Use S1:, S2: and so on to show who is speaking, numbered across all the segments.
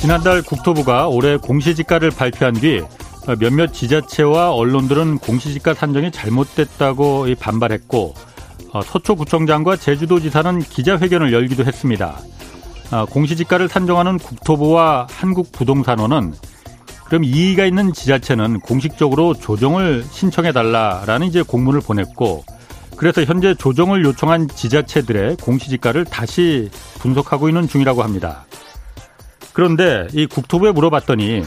S1: 지난달 국토부가 올해 공시지가를 발표한 뒤 몇몇 지자체와 언론들은 공시지가 산정이 잘못됐다고 반발했고 어, 서초구청장과 제주도지사는 기자회견을 열기도 했습니다. 아, 공시지가를 산정하는 국토부와 한국부동산원은 그럼 이의가 있는 지자체는 공식적으로 조정을 신청해 달라라는 이제 공문을 보냈고 그래서 현재 조정을 요청한 지자체들의 공시지가를 다시 분석하고 있는 중이라고 합니다. 그런데 이 국토부에 물어봤더니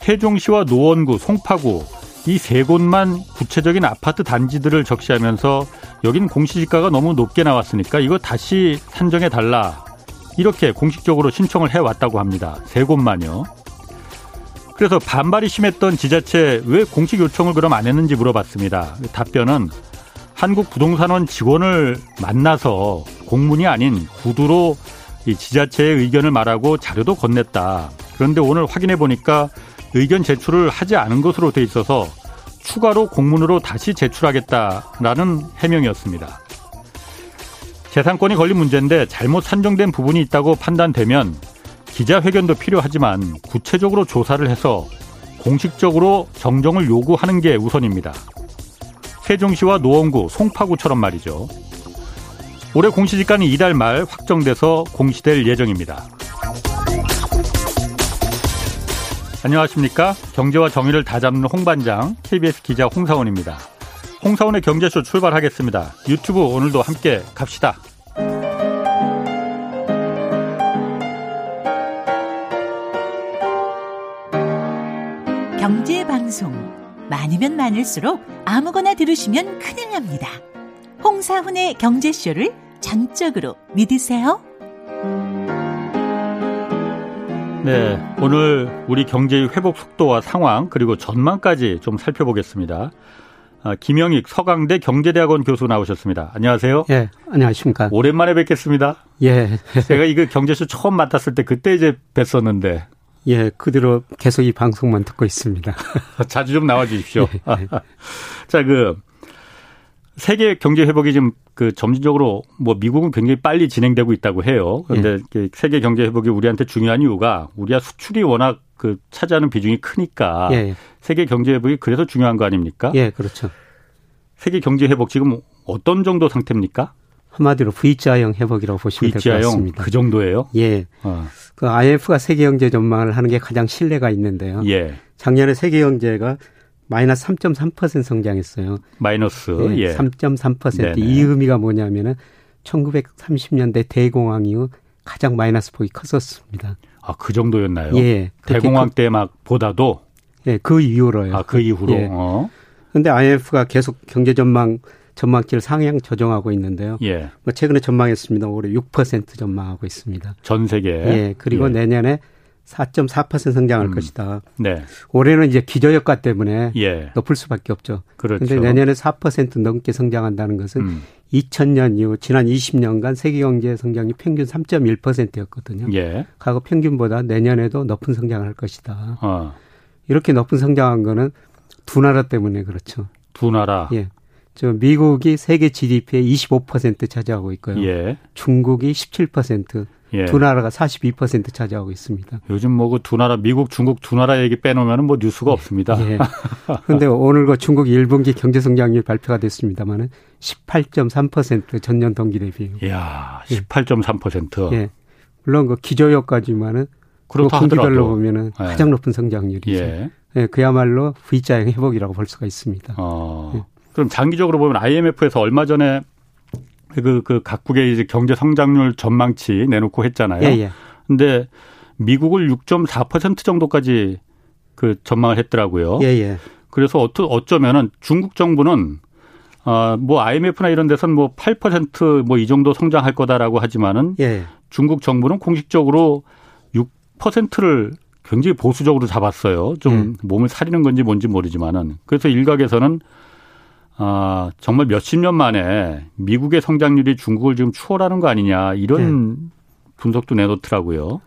S1: 세종시와 노원구, 송파구 이 세 곳만 구체적인 아파트 단지들을 적시하면서 여긴 공시지가가 너무 높게 나왔으니까 이거 다시 산정해 달라 이렇게 공식적으로 신청을 해왔다고 합니다. 세 곳만요. 그래서 반발이 심했던 지자체 왜 공식 요청을 그럼 안 했는지 물어봤습니다. 답변은 한국부동산원 직원을 만나서 공문이 아닌 구두로 이 지자체의 의견을 말하고 자료도 건넸다. 그런데 오늘 확인해 보니까 의견 제출을 하지 않은 것으로 돼 있어서 추가로 공문으로 다시 제출하겠다라는 해명이었습니다. 재산권이 걸린 문제인데 잘못 산정된 부분이 있다고 판단되면 기자회견도 필요하지만 구체적으로 조사를 해서 공식적으로 정정을 요구하는 게 우선입니다. 세종시와 노원구, 송파구처럼 말이죠. 올해 공시지가는 이달 말 확정돼서 공시될 예정입니다. 안녕하십니까. 경제와 정의를 다잡는 홍반장, KBS 기자 홍사원입니다. 홍사원의 경제쇼 출발하겠습니다. 유튜브 오늘도 함께 갑시다.
S2: 경제방송. 많으면 많을수록 아무거나 들으시면 큰일 납니다. 홍사훈의 경제쇼를 전적으로 믿으세요.
S1: 네, 오늘 우리 경제의 회복 속도와 상황 그리고 전망까지 좀 살펴보겠습니다. 아, 김영익 서강대 경제대학원 교수 나오셨습니다. 안녕하세요.
S3: 예, 안녕하십니까.
S1: 오랜만에 뵙겠습니다.
S3: 예.
S1: 제가 이거 경제쇼 처음 맡았을 때 그때 이제 뵀었는데
S3: 예, 그대로 계속 이 방송만 듣고 있습니다.
S1: 자주 좀 나와 주십시오.
S3: 네.
S1: 예. 자, 그 세계 경제 회복이 지금 그 점진적으로 뭐 미국은 굉장히 빨리 진행되고 있다고 해요. 그런데
S3: 네.
S1: 예. 세계 경제 회복이 우리한테 중요한 이유가 우리가 수출이 워낙 그 차지하는 비중이 크니까 예. 세계 경제 회복이 그래서 중요한 거 아닙니까?
S3: 예, 그렇죠.
S1: 세계 경제 회복 지금 어떤 정도 상태입니까?
S3: 한마디로 V자형 회복이라고 보시면 될 것 같습니다.
S1: 그 정도예요?
S3: 예. 어. 그 IMF가 세계 경제 전망을 하는 게 가장 신뢰가 있는데요.
S1: 예.
S3: 작년에 세계 경제가 마이너스 3.3% 성장했어요.
S1: 마이너스
S3: 네,
S1: 예. 예.
S3: 3.3%이 의미가 뭐냐면은 1930년대 대공황 이후 가장 마이너스 폭이 컸었습니다.
S1: 아, 그 정도였나요?
S3: 예.
S1: 대공황 때 막 보다도
S3: 예, 그 이후로요.
S1: 아, 그 이후로.
S3: 예. 어. 근데 IMF가 계속 경제 전망 전망치를 상향 조정하고 있는데요.
S1: 예.
S3: 뭐 최근에 전망했습니다. 올해 6% 전망하고 있습니다.
S1: 전 세계.
S3: 예. 그리고 예. 내년에 4.4% 성장할 음. 것이다.
S1: 네.
S3: 올해는 이제 기저효과 때문에
S1: 예.
S3: 높을 수밖에 없죠.
S1: 그렇죠.
S3: 근데 내년에 4% 넘게 성장한다는 것은 음. 2000년 이후 지난 20년간 세계 경제 성장이 평균 3.1%였거든요.
S1: 예.
S3: 과거 평균보다 내년에도 높은 성장을 할 것이다.
S1: 어.
S3: 이렇게 높은 성장한 거는 두 나라 때문에 그렇죠.
S1: 두 나라.
S3: 예. 저 미국이 세계 GDP의 25% 차지하고 있고요.
S1: 예.
S3: 중국이 17%, 예. 두 나라가 42% 차지하고 있습니다.
S1: 요즘 뭐 그 두 나라 미국, 중국 두 나라 얘기 빼놓으면 뭐 뉴스가
S3: 예.
S1: 없습니다.
S3: 예. 그런데 오늘 그 중국 1분기 경제 성장률 발표가 됐습니다만은 18.3% 전년 동기 대비예요.
S1: 이야, 18.3%.
S3: 예. 뭐 예. 물론 그 기저효과지만은
S1: 그렇다
S3: 분기별로 보면은 가장 높은 성장률이죠.
S1: 예.
S3: 예, 그야말로 V자형 회복이라고 볼 수가 있습니다. 예.
S1: 어. 그럼 장기적으로 보면 IMF에서 얼마 전에 그, 그 각국의 이제 경제 성장률 전망치 내놓고 했잖아요.
S3: 예, 예.
S1: 근데 미국을 6.4% 정도까지 그 전망을 했더라고요.
S3: 예, 예.
S1: 그래서 어쩌, 어쩌면은 중국 정부는 아, 뭐 IMF나 이런 데서는 뭐 8%뭐 이 정도 성장할 거다라고 하지만은
S3: 예, 예.
S1: 중국 정부는 공식적으로 6%를 굉장히 보수적으로 잡았어요. 좀 예. 몸을 사리는 건지 뭔지 모르지만은 그래서 일각에서는 아, 정말 몇십 년 만에 미국의 성장률이 중국을 지금 추월하는 거 아니냐 이런 네. 분석도 내놓더라고요.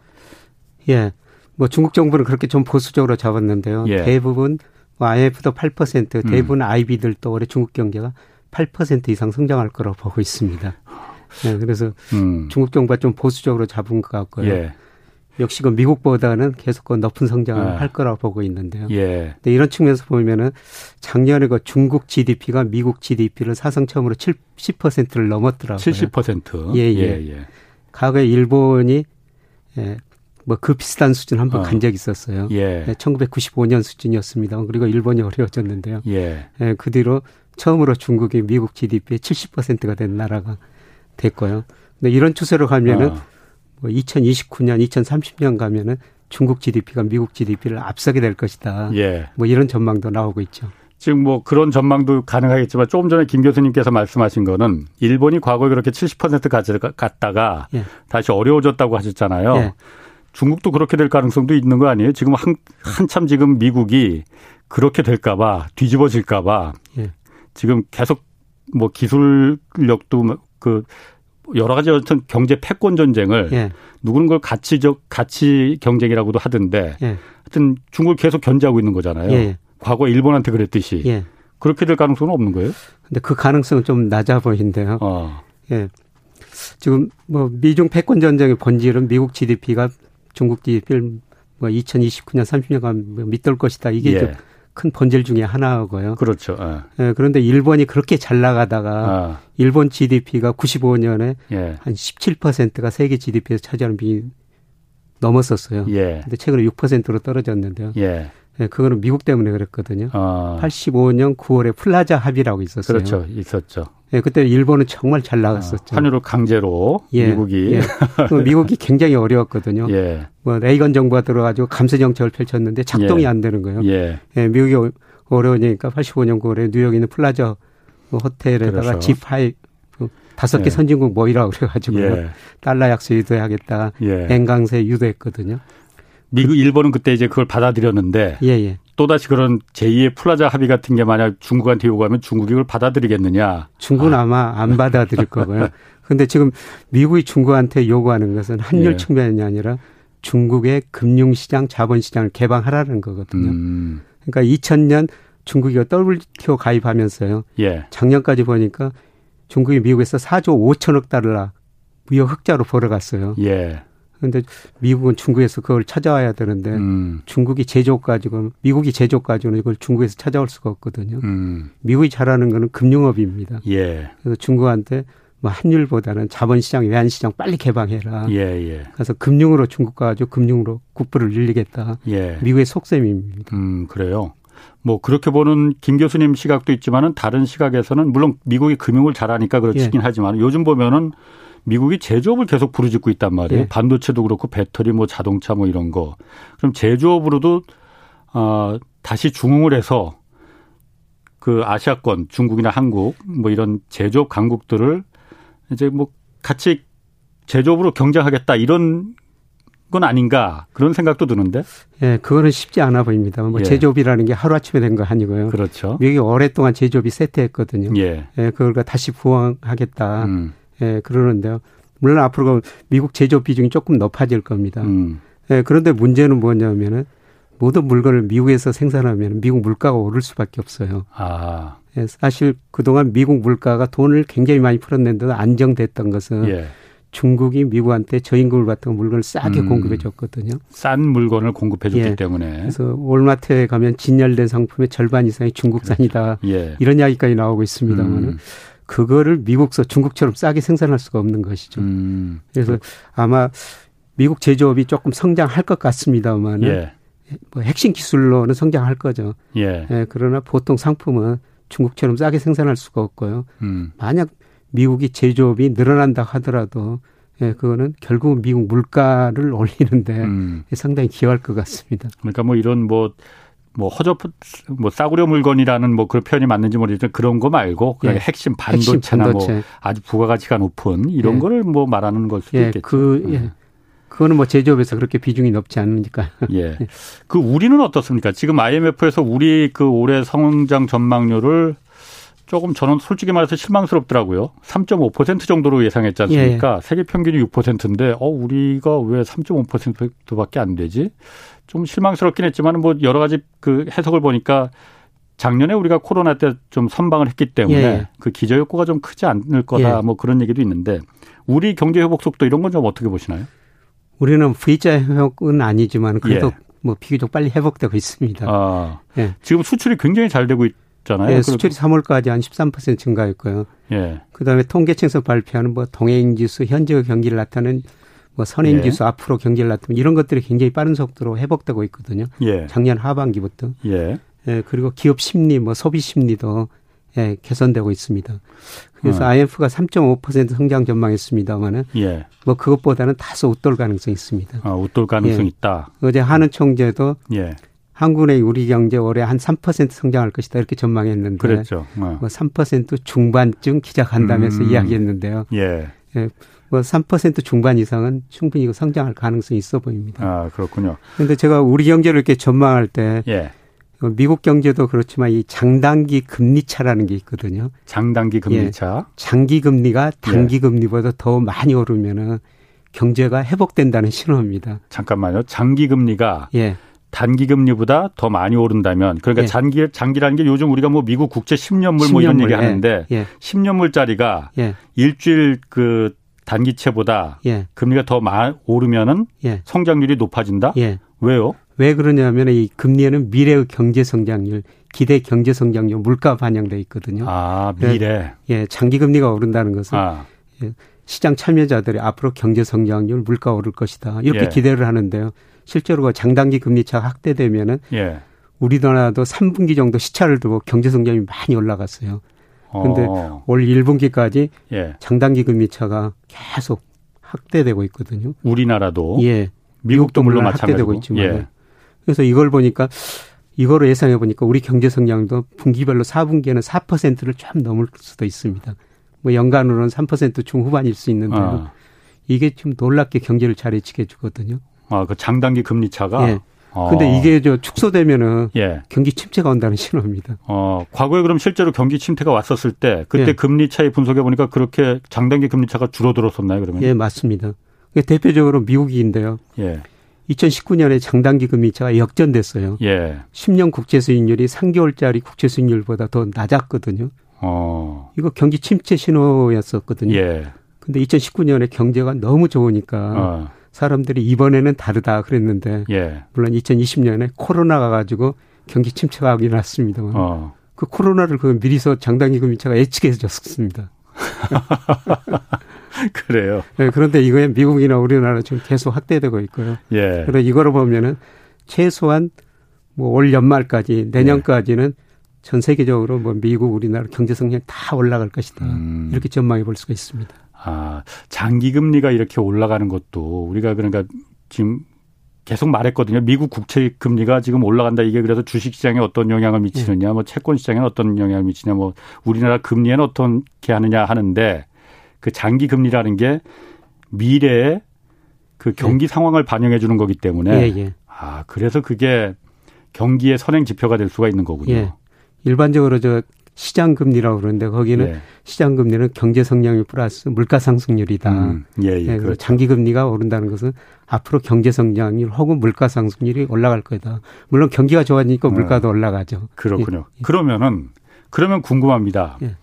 S3: 예. 뭐 중국 정부는 그렇게 좀 보수적으로 잡았는데요.
S1: 예.
S3: 대부분 뭐 IMF도 8% 대부분 음. IB들도 올해 중국 경제가 8% 이상 성장할 거라고 보고 있습니다. 네, 그래서 음. 중국 정부가 좀 보수적으로 잡은 것 같고요.
S1: 예.
S3: 역시 그 미국보다는 계속 그 높은 성장을 아. 할 거라고 보고 있는데요.
S1: 예.
S3: 근데 이런 측면에서 보면은 작년에 그 중국 GDP가 미국 GDP를 사상 처음으로 70%를 넘었더라고요.
S1: 70%.
S3: 예, 예. 과거에 일본이 예, 뭐 그 비슷한 수준 한번
S1: 어.
S3: 간 적이 있었어요.
S1: 예.
S3: 예, 1995년 수준이었습니다. 그리고 일본이 어려워졌는데요.
S1: 예.
S3: 예, 그 뒤로 처음으로 중국이 미국 GDP의 70%가 된 나라가 됐고요. 근데 이런 추세로 가면은
S1: 아,
S3: 뭐 2029년, 2030년 가면은 중국 GDP가 미국 GDP를 앞서게 될 것이다.
S1: 예.
S3: 뭐 이런 전망도 나오고 있죠.
S1: 지금 뭐 그런 전망도 가능하겠지만 조금 전에 김 교수님께서 말씀하신 거는 일본이 과거에 그렇게 70% 갔다가
S3: 예.
S1: 다시 어려워졌다고 하셨잖아요.
S3: 예.
S1: 중국도 그렇게 될 가능성도 있는 거 아니에요? 지금 한, 한참 지금 미국이 그렇게 될까봐 뒤집어질까봐
S3: 예.
S1: 지금 계속 뭐 기술력도 그 여러 가지 어떤 경제 패권 전쟁을
S3: 예.
S1: 누구는 걸 가치적 가치 경쟁이라고도 하던데
S3: 예.
S1: 하여튼 중국을 계속 견제하고 있는 거잖아요.
S3: 예.
S1: 과거 일본한테 그랬듯이
S3: 예.
S1: 그렇게 될 가능성은 없는 거예요?
S3: 근데 그 가능성은 좀 낮아 보이는데요.
S1: 어.
S3: 예. 지금 뭐 미중 패권 전쟁의 본질은 미국 GDP가 중국 GDP를 뭐 2029년 30년간 뭐 밑돌 것이다. 이게
S1: 예.
S3: 좀큰 본질 중에 하나고요.
S1: 그렇죠. 어.
S3: 예, 그런데 일본이 그렇게 잘 나가다가
S1: 아,
S3: 일본 GDP가 95년에
S1: 예.
S3: 한 17%가 세계 GDP에서 차지하는 비율이 넘었었어요.
S1: 예.
S3: 근데 최근에 6%로 떨어졌는데요.
S1: 예.
S3: 예, 그거는 미국 때문에 그랬거든요.
S1: 어.
S3: 85년 9월에 플라자 합의라고 있었어요.
S1: 그렇죠. 아, 있었죠.
S3: 예, 그때 일본은 정말 잘 나갔었죠.
S1: 환율을 강제로
S3: 예,
S1: 미국이
S3: 예. 그 미국이 굉장히 어려웠거든요.
S1: 예.
S3: 뭐 레이건 정부가 들어가지고 감세 정책을 펼쳤는데 작동이
S1: 예.
S3: 안 되는 거예요.
S1: 예.
S3: 예, 미국이 어- 어려우니까 85년 9월에 뉴욕에 있는 플라자 그
S1: 그래서.
S3: 호텔에다가 G5 그 다섯 개
S1: 그렇죠. 예.
S3: 선진국 모이라고 그래가지고 요
S1: 예.
S3: 달러 약세 유도하겠다.
S1: 예.
S3: 냉강세 유도했거든요.
S1: 미국 일본은 그때 이제 그걸 받아들였는데
S3: 예, 예.
S1: 또다시 그런 제2의 플라자 합의 같은 게 만약 중국한테 요구하면 중국이 그걸 받아들이겠느냐.
S3: 중국은 아. 마안 받아들일 거고요. 근데 지금 미국이 중국한테 요구하는 것은 환율
S1: 예.
S3: 측면이 아니라 중국의 금융시장, 자본시장을 개방하라는 거거든요.
S1: 음.
S3: 그러니까 2000년 중국이 WTO 가입하면서요.
S1: 예.
S3: 작년까지 보니까 중국이 미국에서 4조 5천억 달러 무역 흑자로 벌어갔어요.
S1: 예.
S3: 그런데 미국은 중국에서 그걸 찾아와야 되는데
S1: 음.
S3: 중국이 제조 가지고 미국이 제조 가지고는 이걸 중국에서 찾아올 수가 없거든요.
S1: 음.
S3: 미국이 잘하는 거는 금융업입니다.
S1: 예.
S3: 그래서 중국한테 뭐 환율보다는 자본시장, 외환시장 빨리 개방해라.
S1: 예. 예.
S3: 그래서 금융으로 중국 가지고 금융으로 국부를 늘리겠다.
S1: 예.
S3: 미국의 속셈입니다.
S1: 음, 그래요. 뭐 그렇게 보는 김 교수님 시각도 있지만은 다른 시각에서는 물론 미국이 금융을 잘하니까 그렇긴 하지만 요즘 보면은 미국이 제조업을 계속 부르짖고 있단 말이에요.
S3: 예.
S1: 반도체도 그렇고 배터리 뭐 자동차 뭐 이런 거. 그럼 제조업으로도 아, 다시 중흥을 해서 그 아시아권 중국이나 한국 뭐 이런 제조업 강국들을 이제 뭐 같이 제조업으로 경쟁하겠다 이런 건 아닌가 그런 생각도 드는데
S3: 예, 그거는 쉽지 않아 보입니다. 뭐
S1: 예.
S3: 제조업이라는 게 하루아침에 된 거 아니고요.
S1: 그렇죠.
S3: 미국이 오랫동안 제조업이 세트했거든요.
S1: 예.
S3: 음. 예, 그걸 갖다 다시 부흥하겠다.
S1: 음.
S3: 예, 그러는데요. 물론 앞으로 그 미국 제조업 비중이 조금 높아질 겁니다.
S1: 음,
S3: 예, 그런데 문제는 뭐냐면은 모든 물건을 미국에서 생산하면 미국 물가가 오를 수밖에 없어요.
S1: 아,
S3: 예, 사실 그동안 미국 물가가 돈을 굉장히 많이 풀었는데도 안정됐던 것은
S1: 예.
S3: 중국이 미국한테 저임금을 받던 물건을 싸게
S1: 음.
S3: 공급해 줬거든요.
S1: 싼 물건을 공급해 줬기
S3: 예.
S1: 때문에.
S3: 그래서 월마트에 가면 진열된 상품의 절반 이상이 중국산이다.
S1: 예.
S3: 이런 이야기까지 나오고 있습니다만은
S1: 음,
S3: 그거를 미국서 중국처럼 싸게 생산할 수가 없는 것이죠.
S1: 음,
S3: 그래서 아마 미국 제조업이 조금 성장할 것 같습니다만 은
S1: 예.
S3: 뭐 핵심 기술로는 성장할 거죠.
S1: 예.
S3: 예, 그러나 보통 상품은 중국처럼 싸게 생산할 수가 없고요.
S1: 음,
S3: 만약 미국이 제조업이 늘어난다 하더라도 예, 그거는 결국 미국 물가를 올리는데
S1: 음.
S3: 상당히 기여할 것 같습니다.
S1: 그러니까 뭐 이런 뭐, 뭐 허접, 뭐 싸구려 물건이라는 뭐 그런 표현이 맞는지 모르겠지만 그런 거 말고 그냥
S3: 예.
S1: 핵심
S3: 핵심
S1: 반도체나 뭐 아주 부가가치가 높은 이런
S3: 예.
S1: 거를 뭐 말하는 걸 수도
S3: 예,
S1: 있겠죠. 음. 네.
S3: 그 예. 그거는 뭐 제조업에서 그렇게 비중이 높지 않으니까.
S1: 예. 그 우리는 어떻습니까? 지금 IMF에서 우리 그 올해 성장 전망률을 조금 저는 솔직히 말해서 실망스럽더라고요. 3.5% 정도로 예상했지 않습니까? 세계 평균이 6%인데 어 우리가 왜 3.5%밖에 안 되지? 좀 실망스럽긴 했지만 뭐 여러 가지 그 해석을 보니까 작년에 우리가 코로나 때 좀 선방을 했기 때문에
S3: 예, 예.
S1: 그 기저 효과가 좀 크지 않을 거다
S3: 예.
S1: 뭐 그런 얘기도 있는데 우리 경제 회복 속도 이런 건 좀 어떻게 보시나요?
S3: 우리는 V자 협은 아니지만 그래도 예. 뭐 비교적 빨리 회복되고 있습니다.
S1: 아, 네, 예. 지금 수출이 굉장히 잘 되고 있잖아요.
S3: 예, 수출이 3월까지 한 13% 증가했고요.
S1: 예.
S3: 그다음에 통계청에서 발표하는 뭐 동행 지수, 현재 경기를 나타내는 뭐 선행
S1: 예.
S3: 지수, 앞으로 경기를 나타내는 이런 것들이 굉장히 빠른 속도로 회복되고 있거든요.
S1: 예.
S3: 작년 하반기부터.
S1: 예.
S3: 예, 그리고 기업 심리, 뭐 소비 심리도 예, 개선되고 있습니다.
S1: 아.
S3: 그래서 음. IMF가 3.5% 성장 전망했습니다만은
S1: 예.
S3: 뭐 그것보다는 다소 웃돌 가능성이 있습니다.
S1: 아, 웃돌 가능성이
S3: 예.
S1: 있다.
S3: 어제 한은 총재도
S1: 예.
S3: 한국의 우리 경제 올해 한 3% 성장할 것이다 이렇게 전망했는데
S1: 그랬죠.
S3: 네.
S1: 어.
S3: 뭐3% 중반쯤 기자간담회에서
S1: 음.
S3: 이야기했는데요.
S1: 예.
S3: 예. 뭐3% 중반 이상은 충분히 이거 성장할 가능성이 있어 보입니다.
S1: 아, 그렇군요.
S3: 그런데 제가 우리 경제를 이렇게 전망할 때
S1: 예.
S3: 미국 경제도 그렇지만 이 장단기 금리 차라는 게 있거든요.
S1: 장단기
S3: 예.
S1: 금리차.
S3: 장기 금리가 단기
S1: 예.
S3: 금리보다 더 많이 오르면은 경제가 회복된다는 신호입니다.
S1: 잠깐만요. 장기 금리가
S3: 예.
S1: 단기 금리보다 더 많이 오른다면 그러니까
S3: 예.
S1: 장기 장기라는 게 요즘 우리가 뭐 미국 국채 10년물 뭐 이런
S3: 10년물,
S1: 얘기
S3: 예.
S1: 하는데
S3: 예.
S1: 10년물짜리가
S3: 예.
S1: 일주일 그 단기채보다
S3: 예.
S1: 금리가 더 마, 오르면은
S3: 예.
S1: 성장률이 높아진다?
S3: 예.
S1: 왜요?
S3: 왜 그러냐면 이 금리에는 미래의 경제 성장률, 기대 경제 성장률, 물가 반영돼 있거든요.
S1: 아, 미래.
S3: 예, 장기 금리가 오른다는 것은
S1: 아,
S3: 시장 참여자들이 앞으로 경제 성장률, 물가 오를 것이다 이렇게
S1: 예.
S3: 기대를 하는데요. 실제로 그 장단기 금리차 가 확대되면은
S1: 예.
S3: 우리나라도 3분기 정도 시차를 두고 경제 성장이 많이 올라갔어요. 근데
S1: 어,
S3: 올 1분기까지
S1: 예.
S3: 장단기 금리차가 계속 확대되고 있거든요.
S1: 우리나라도 어,
S3: 예,
S1: 미국도 물론
S3: 확대되고
S1: 마찬가지고. 예.
S3: 있지만 요 그래서 이걸 보니까 이거로 예상해 보니까 우리 경제 성장도 분기별로 4분기에는 4%를 좀 넘을 수도 있습니다. 뭐 연간으로는 3% 중후반일 수 있는데 요
S1: 아,
S3: 이게 좀 놀랍게 경제를 잘 예측해 주거든요.
S1: 아, 그 장단기 금리 차가
S3: 예.
S1: 어,
S3: 근데 이게 저 축소되면은
S1: 예.
S3: 경기 침체가 온다는 신호입니다.
S1: 어, 과거에 그럼 실제로 경기 침체가 왔었을 때 그때
S3: 예.
S1: 금리 차이 분석해 보니까 그렇게 장단기 금리 차가 줄어들었었나요, 그러면?
S3: 예, 맞습니다. 그게 대표적으로 미국인데요.
S1: 예.
S3: 2019년에 장단기 금리차가 역전됐어요.
S1: 예.
S3: 10년 국채 수익률이 3개월짜리 국채 수익률보다 더 낮았거든요.
S1: 어.
S3: 이거 경기 침체 신호였었거든요.
S1: 예.
S3: 근데 2019년에 경제가 너무 좋으니까
S1: 어.
S3: 사람들이 이번에는 다르다 그랬는데
S1: 예.
S3: 물론 2020년에 코로나가 가지고 경기 침체가 일어났습니다만
S1: 어.
S3: 그 코로나를 그 미리서 장단기 금리차가 예측해 줬습니다.
S1: 그래요.
S3: 예, 그런데 이거에 미국이나 우리나라 지금 계속 확대되고 있고요.
S1: 예.
S3: 그래서 이거를 보면은 최소한 뭐 올 연말까지 내년까지는 전 세계적으로 뭐 미국 우리나라 경제 성장 다 올라갈 것이다.
S1: 음.
S3: 이렇게 전망해 볼 수가 있습니다.
S1: 아, 장기 금리가 이렇게 올라가는 것도 우리가 그러니까 지금 계속 말했거든요. 미국 국채 금리가 지금 올라간다. 이게 그래서 주식 시장에 어떤 영향을 미치느냐,
S3: 예.
S1: 뭐 채권 시장에 어떤 영향을 미치냐, 뭐 우리나라 금리에는 어떻게 하느냐 하는데 그 장기 금리라는 게 미래의 그 경기 상황을 반영해 주는 거기 때문에
S3: 예, 예.
S1: 아, 그래서 그게 경기의 선행 지표가 될 수가 있는 거군요.
S3: 예. 일반적으로 저 시장 금리라고 그러는데 거기는
S1: 예.
S3: 시장 금리는 경제 성장률 플러스 물가 상승률이다.
S1: 음, 예, 예.
S3: 예, 그래서
S1: 그렇죠.
S3: 장기 금리가 오른다는 것은 앞으로 경제 성장률 혹은 물가 상승률이 올라갈 거다. 물론 경기가 좋아지니까 물가도
S1: 음.
S3: 올라가죠.
S1: 그렇군요. 그러면은 그러면 궁금합니다.
S3: 예.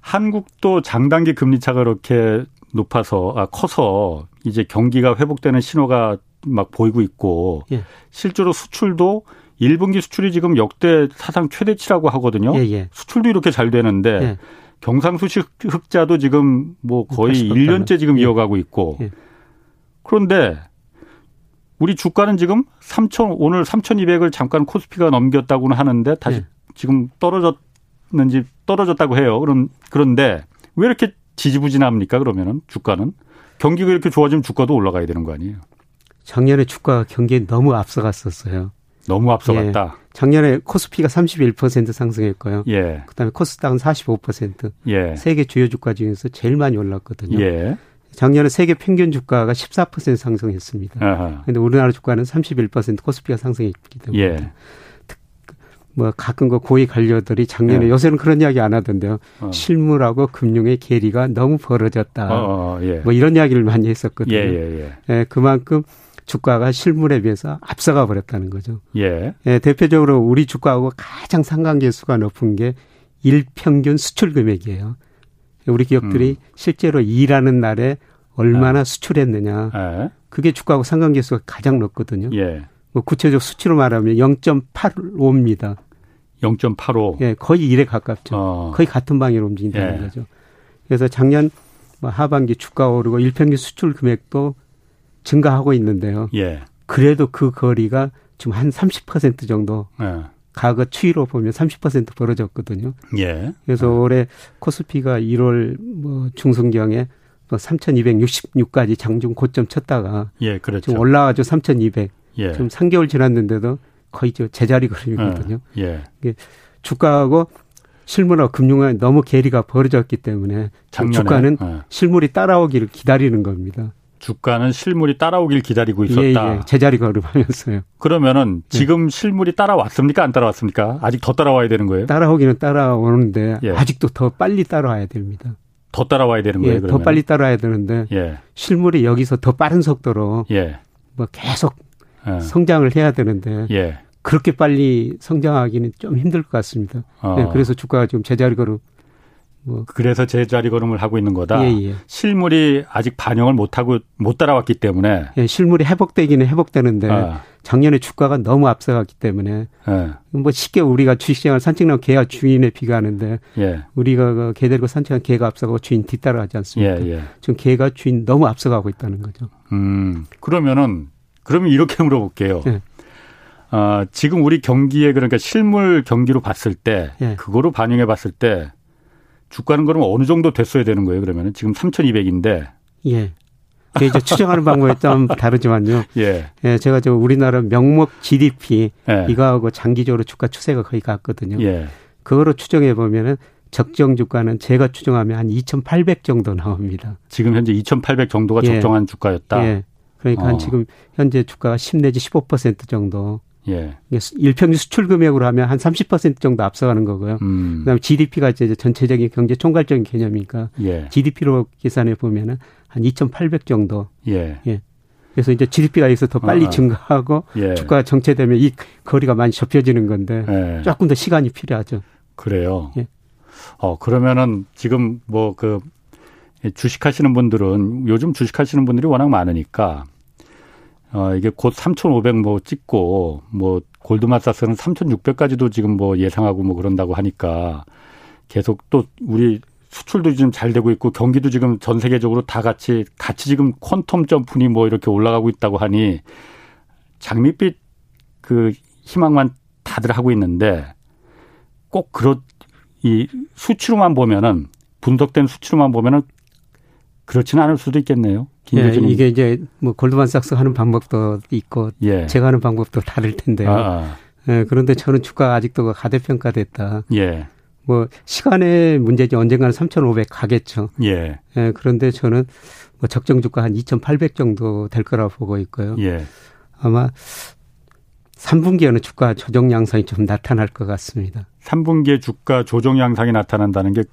S1: 한국도 장단기 금리 차가 이렇게 높아서 아 커서 이제 경기가 회복되는 신호가 막 보이고 있고
S3: 예.
S1: 실제로 수출도 1분기 수출이 지금 역대 사상 최대치라고 하거든요.
S3: 예, 예.
S1: 수출도 이렇게 잘 되는데
S3: 예.
S1: 경상수지 흑자도 지금 뭐 거의
S3: 80%.
S1: 1년째 지금
S3: 예.
S1: 이어가고 있고
S3: 예.
S1: 그런데 우리 주가는 지금 3천 오늘 3,200을 잠깐 코스피가 넘겼다고는 하는데 다시
S3: 예.
S1: 지금 떨어졌는지 떨어졌다고 해요. 그런 그런데 왜 이렇게 지지부진합니까? 그러면은 주가는 경기가 이렇게 좋아지면 주가도 올라가야 되는 거 아니에요?
S3: 작년에 주가 경기에 너무 앞서갔었어요.
S1: 너무 앞서갔다.
S3: 작년에 코스피가 31% 상승했고요.
S1: 예,
S3: 그다음에 코스닥은 45%.
S1: 예,
S3: 세계 주요 주가 중에서 제일 많이 올랐거든요.
S1: 예.
S3: 작년에 세계 평균 주가가 14% 상승했습니다.
S1: 아하.
S3: 근데 우리나라 주가는 31% 코스피가 상승했기 때문에
S1: 예,
S3: 뭐 가끔 그 고위 관료들이 작년에
S1: 예.
S3: 요새는 그런 이야기 안 하던데요.
S1: 어.
S3: 실물하고 금융의 괴리가 너무 벌어졌다.
S1: 어, 어, 예,
S3: 아. 뭐 이런 이야기를 많이
S1: 예,
S3: 했었거든요.
S1: 예,
S3: 예, 그만큼 주가가 실물에 비해서 앞서가 버렸다는 거죠.
S1: 예, 예.
S3: 예, 대표적으로 우리 주가하고 가장 상관계수가 높은 게
S1: 음.
S3: 일평균 수출 금액이에요. 우리 기업들이 실제로 일하는 날에
S1: 아.
S3: 얼마나 수출했느냐.
S1: 예.
S3: 그게 주가하고 상관계수가 가장 높거든요.
S1: 예.
S3: 뭐 구체적 수치로 말하면 0.85입니다.
S1: 0.85.
S3: 예, 거의 1에 가깝죠.
S1: 어.
S3: 거의 같은 방향으로 움직인다는
S1: 예.
S3: 거죠. 그래서 작년 뭐 하반기 주가 오르고 일평균 수출 금액도 증가하고 있는데요.
S1: 예.
S3: 그래도 그 거리가 지금 한 30% 정도
S1: 예.
S3: 과거 추이로 보면 30% 벌어졌거든요.
S1: 예.
S3: 그래서 올해 코스피가 1월 뭐 중순경에 3,266까지 장중 고점 쳤다가
S1: 예, 그렇죠.
S3: 지금 올라와죠 3,200.
S1: 예.
S3: 지금 3개월 지났는데도 거의 저 제자리 걸음이거든요.
S1: 예.
S3: 주가하고 실물하고 금융은 너무 괴리가 벌어졌기 때문에
S1: 작년에
S3: 주가는
S1: 예.
S3: 실물이 따라오기를 기다리는 겁니다.
S1: 주가는 실물이 따라오길 기다리고
S3: 예,
S1: 있었다.
S3: 예. 제자리 걸음하면서요.
S1: 그러면은 지금 실물이 따라왔습니까? 안 따라왔습니까? 아직 더 따라와야 되는 거예요?
S3: 따라오기는 따라오는데
S1: 예.
S3: 아직도 더 빨리 따라와야 됩니다.
S1: 더 따라와야 되는 거예요,
S3: 예, 더
S1: 그러면?
S3: 빨리 따라와야 되는데
S1: 예.
S3: 실물이 여기서 더 빠른 속도로
S1: 예.
S3: 뭐 계속
S1: 예.
S3: 성장을 해야 되는데
S1: 예.
S3: 그렇게 빨리 성장하기는 좀 힘들 것 같습니다.
S1: 어.
S3: 네, 그래서 주가가 지금 제자리 걸음. 뭐
S1: 그래서 제자리 걸음을 하고 있는 거다.
S3: 예, 예.
S1: 실물이 아직 반영을 못 하고 못 따라왔기 때문에
S3: 예, 실물이 회복되기는 회복되는데
S1: 아,
S3: 작년에 주가가 너무 앞서갔기 때문에
S1: 예.
S3: 뭐 쉽게 우리가 주식시장을 산책하면 개와 주인에 비교하는데
S1: 예.
S3: 우리가 그 개 데리고 산책한 개가 앞서가고 주인 뒤따라가지
S1: 예,
S3: 않습니까?
S1: 예.
S3: 지금 개가 주인 너무 앞서가고 있다는 거죠.
S1: 음. 그러면은 그러면 이렇게 물어볼게요.
S3: 예.
S1: 아, 지금 우리 경기에 그러니까 실물 경기로 봤을 때
S3: 예.
S1: 그거로 반영해 봤을 때 주가는 그럼 어느 정도 됐어야 되는 거예요, 그러면은? 지금 3,200인데.
S3: 예. 그게 이제 추정하는 방법에 좀 다르지만요.
S1: 예.
S3: 예, 제가 저 우리나라 명목 GDP
S1: 예.
S3: 이거하고 장기적으로 주가 추세가 거의 같거든요.
S1: 예.
S3: 그거로 추정해 보면은 적정 주가는 제가 추정하면 한 2,800 정도 나옵니다.
S1: 지금 현재 2,800 정도가
S3: 예.
S1: 적정한 주가였다. 예.
S3: 예. 그러니까
S1: 어.
S3: 한 지금 현재 주가가 10 내지 15% 정도.
S1: 예.
S3: 이게 수- 일평균 수출 금액으로 하면 한 30% 정도 앞서가는 거고요.
S1: 음.
S3: 그다음에 GDP가 이제 전체적인 경제 총괄적인 개념이니까
S1: 예.
S3: GDP로 계산해 보면은 한 2,800 정도.
S1: 예.
S3: 그래서 이제 GDP가 여기서 더 빨리
S1: 아.
S3: 증가하고
S1: 예.
S3: 주가가 정체되면 이 거리가 많이 좁혀지는 건데
S1: 예.
S3: 조금 더 시간이 필요하죠.
S1: 그래요.
S3: 예.
S1: 어, 그러면은 지금 뭐 그 주식 하시는 분들은 요즘 주식 하시는 분들이 워낙 많으니까 어, 이게 곧 3,500 뭐 찍고 뭐 골드만삭스는 3,600까지도 지금 뭐 예상하고 뭐 그런다고 하니까 계속 또 우리 수출도 지금 잘 되고 있고 경기도 지금 전 세계적으로 다 같이 같이 지금 퀀텀 점프니 뭐 이렇게 올라가고 있다고 하니 장밋빛 그 희망만 다들 하고 있는데 꼭 그렇 이 수치로만 보면은 분석된 수치로만 보면은 그렇지는 않을 수도 있겠네요.
S3: 예,
S1: 김교수님.
S3: 이게 이제 뭐 골드만삭스 하는 방법도 있고
S1: 예.
S3: 제가 하는 방법도 다를 텐데요.
S1: 아, 아.
S3: 예, 그런데 저는 주가가 아직도 가대평가됐다.
S1: 예.
S3: 뭐 시간의 문제지 언젠가는 3,500 가겠죠.
S1: 예.
S3: 예, 그런데 저는 뭐 적정 주가 한 2,800 정도 될 거라고 보고 있고요.
S1: 예.
S3: 아마 3분기에는 주가 조정 양상이 좀 나타날 것 같습니다.
S1: 3분기에 주가 조정 양상이 나타난다는 게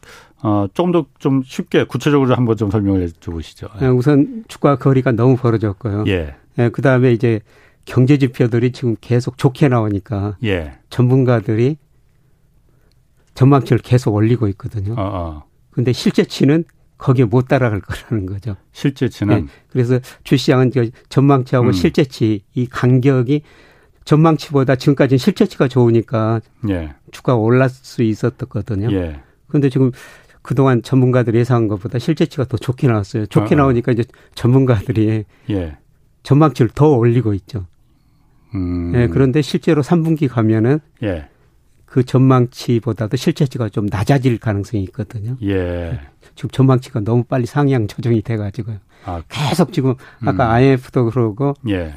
S1: 어, 조금 더 좀 쉽게 구체적으로 한번 좀 설명을 해 주시죠.
S3: 예, 우선 주가 거리가 너무 벌어졌고요.
S1: 네. 예.
S3: 예, 그다음에 이제 경제 지표들이 지금 계속 좋게 나오니까
S1: 예.
S3: 전문가들이 전망치를 계속 올리고 있거든요.
S1: 어, 어.
S3: 근데 실제치는 거기에 못 따라갈 거라는 거죠. 예.
S1: 실제치는
S3: 그래서 주시장은 그 전망치하고
S1: 예. 음.
S3: 실제치 이 간격이 전망치보다 지금까지는 실제치가 좋으니까
S1: 예.
S3: 주가가 올랐을 수 있었거든요.
S1: 예.
S3: 그런데 지금 그동안 전문가들이 예상한 것보다 실제치가 더 좋게 나왔어요. 좋게
S1: 어, 어.
S3: 나오니까 이제 전문가들이
S1: 예.
S3: 전망치를 더 올리고 있죠.
S1: 음.
S3: 예, 그런데 실제로 3분기 가면은
S1: 예.
S3: 그 전망치보다도 실제치가 좀 낮아질 가능성이 있거든요.
S1: 예.
S3: 지금 전망치가 너무 빨리 상향 조정이 돼가지고요.
S1: 아,
S3: 계속 지금 아까
S1: 음.
S3: IMF도 그러고
S1: 예.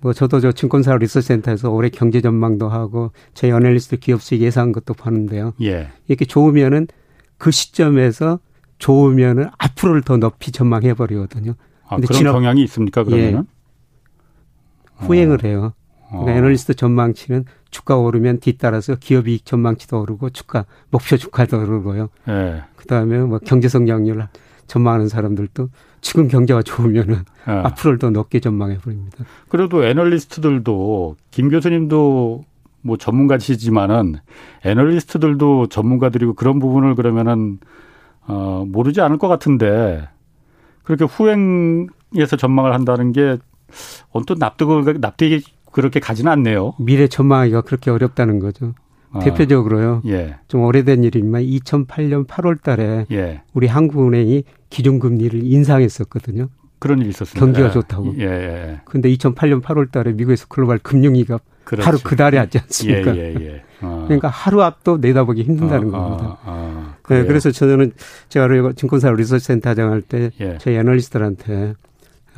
S3: 뭐 저도 저 증권사 리서치센터에서 올해 경제 전망도 하고 저희 애널리스트 기업 수익 예상 것도 보는데요.
S1: 예.
S3: 이렇게 좋으면은 그 시점에서 좋으면은 앞으로를 더 높이 전망해 버리거든요.
S1: 아,
S3: 근데
S1: 그런
S3: 지난-
S1: 경향이 있습니까, 그러면은?
S3: 후행을 해요.
S1: 어.
S3: 그러니까 애널리스트 전망치는 주가 오르면 뒤따라서 기업 이익 전망치도 오르고 주가 목표 주가도 오르고요.
S1: 예.
S3: 그다음에 뭐 경제 성장률 전망하는 사람들도 지금 경제가 좋으면은
S1: 예.
S3: 앞으로를 더 높게 전망해 버립니다.
S1: 그래도 애널리스트들도 김 교수님도 뭐 전문가시지만은 애널리스트들도 전문가들이고 그런 부분을 그러면은 어 모르지 않을 것 같은데 그렇게 후행에서 전망을 한다는 게 언뜻 납득을 납득이 그렇게 가지는 않네요.
S3: 미래 전망하기가 그렇게 어렵다는 거죠.
S1: 아,
S3: 대표적으로요.
S1: 예.
S3: 좀 오래된 일이지만 2008년 8월 달에
S1: 예.
S3: 우리 한국은행이 기준금리를 인상했었거든요.
S1: 그런 일이 있었습니다.
S3: 경기가 좋다고.
S1: 예. 예.
S3: 근데 2008년 8월 달에 미국에서 글로벌 금융위기가
S1: 그렇죠.
S3: 바로 그 달에 왔지
S1: 예,
S3: 않습니까?
S1: 예, 예. 아.
S3: 그러니까 하루 앞도 내다보기 힘든다는
S1: 아,
S3: 겁니다.
S1: 아, 아,
S3: 네,
S1: 그래요?
S3: 그래서 저는 제가 이거 증권사 리서치센터장 할 때
S1: 예.
S3: 저희 애널리스트들한테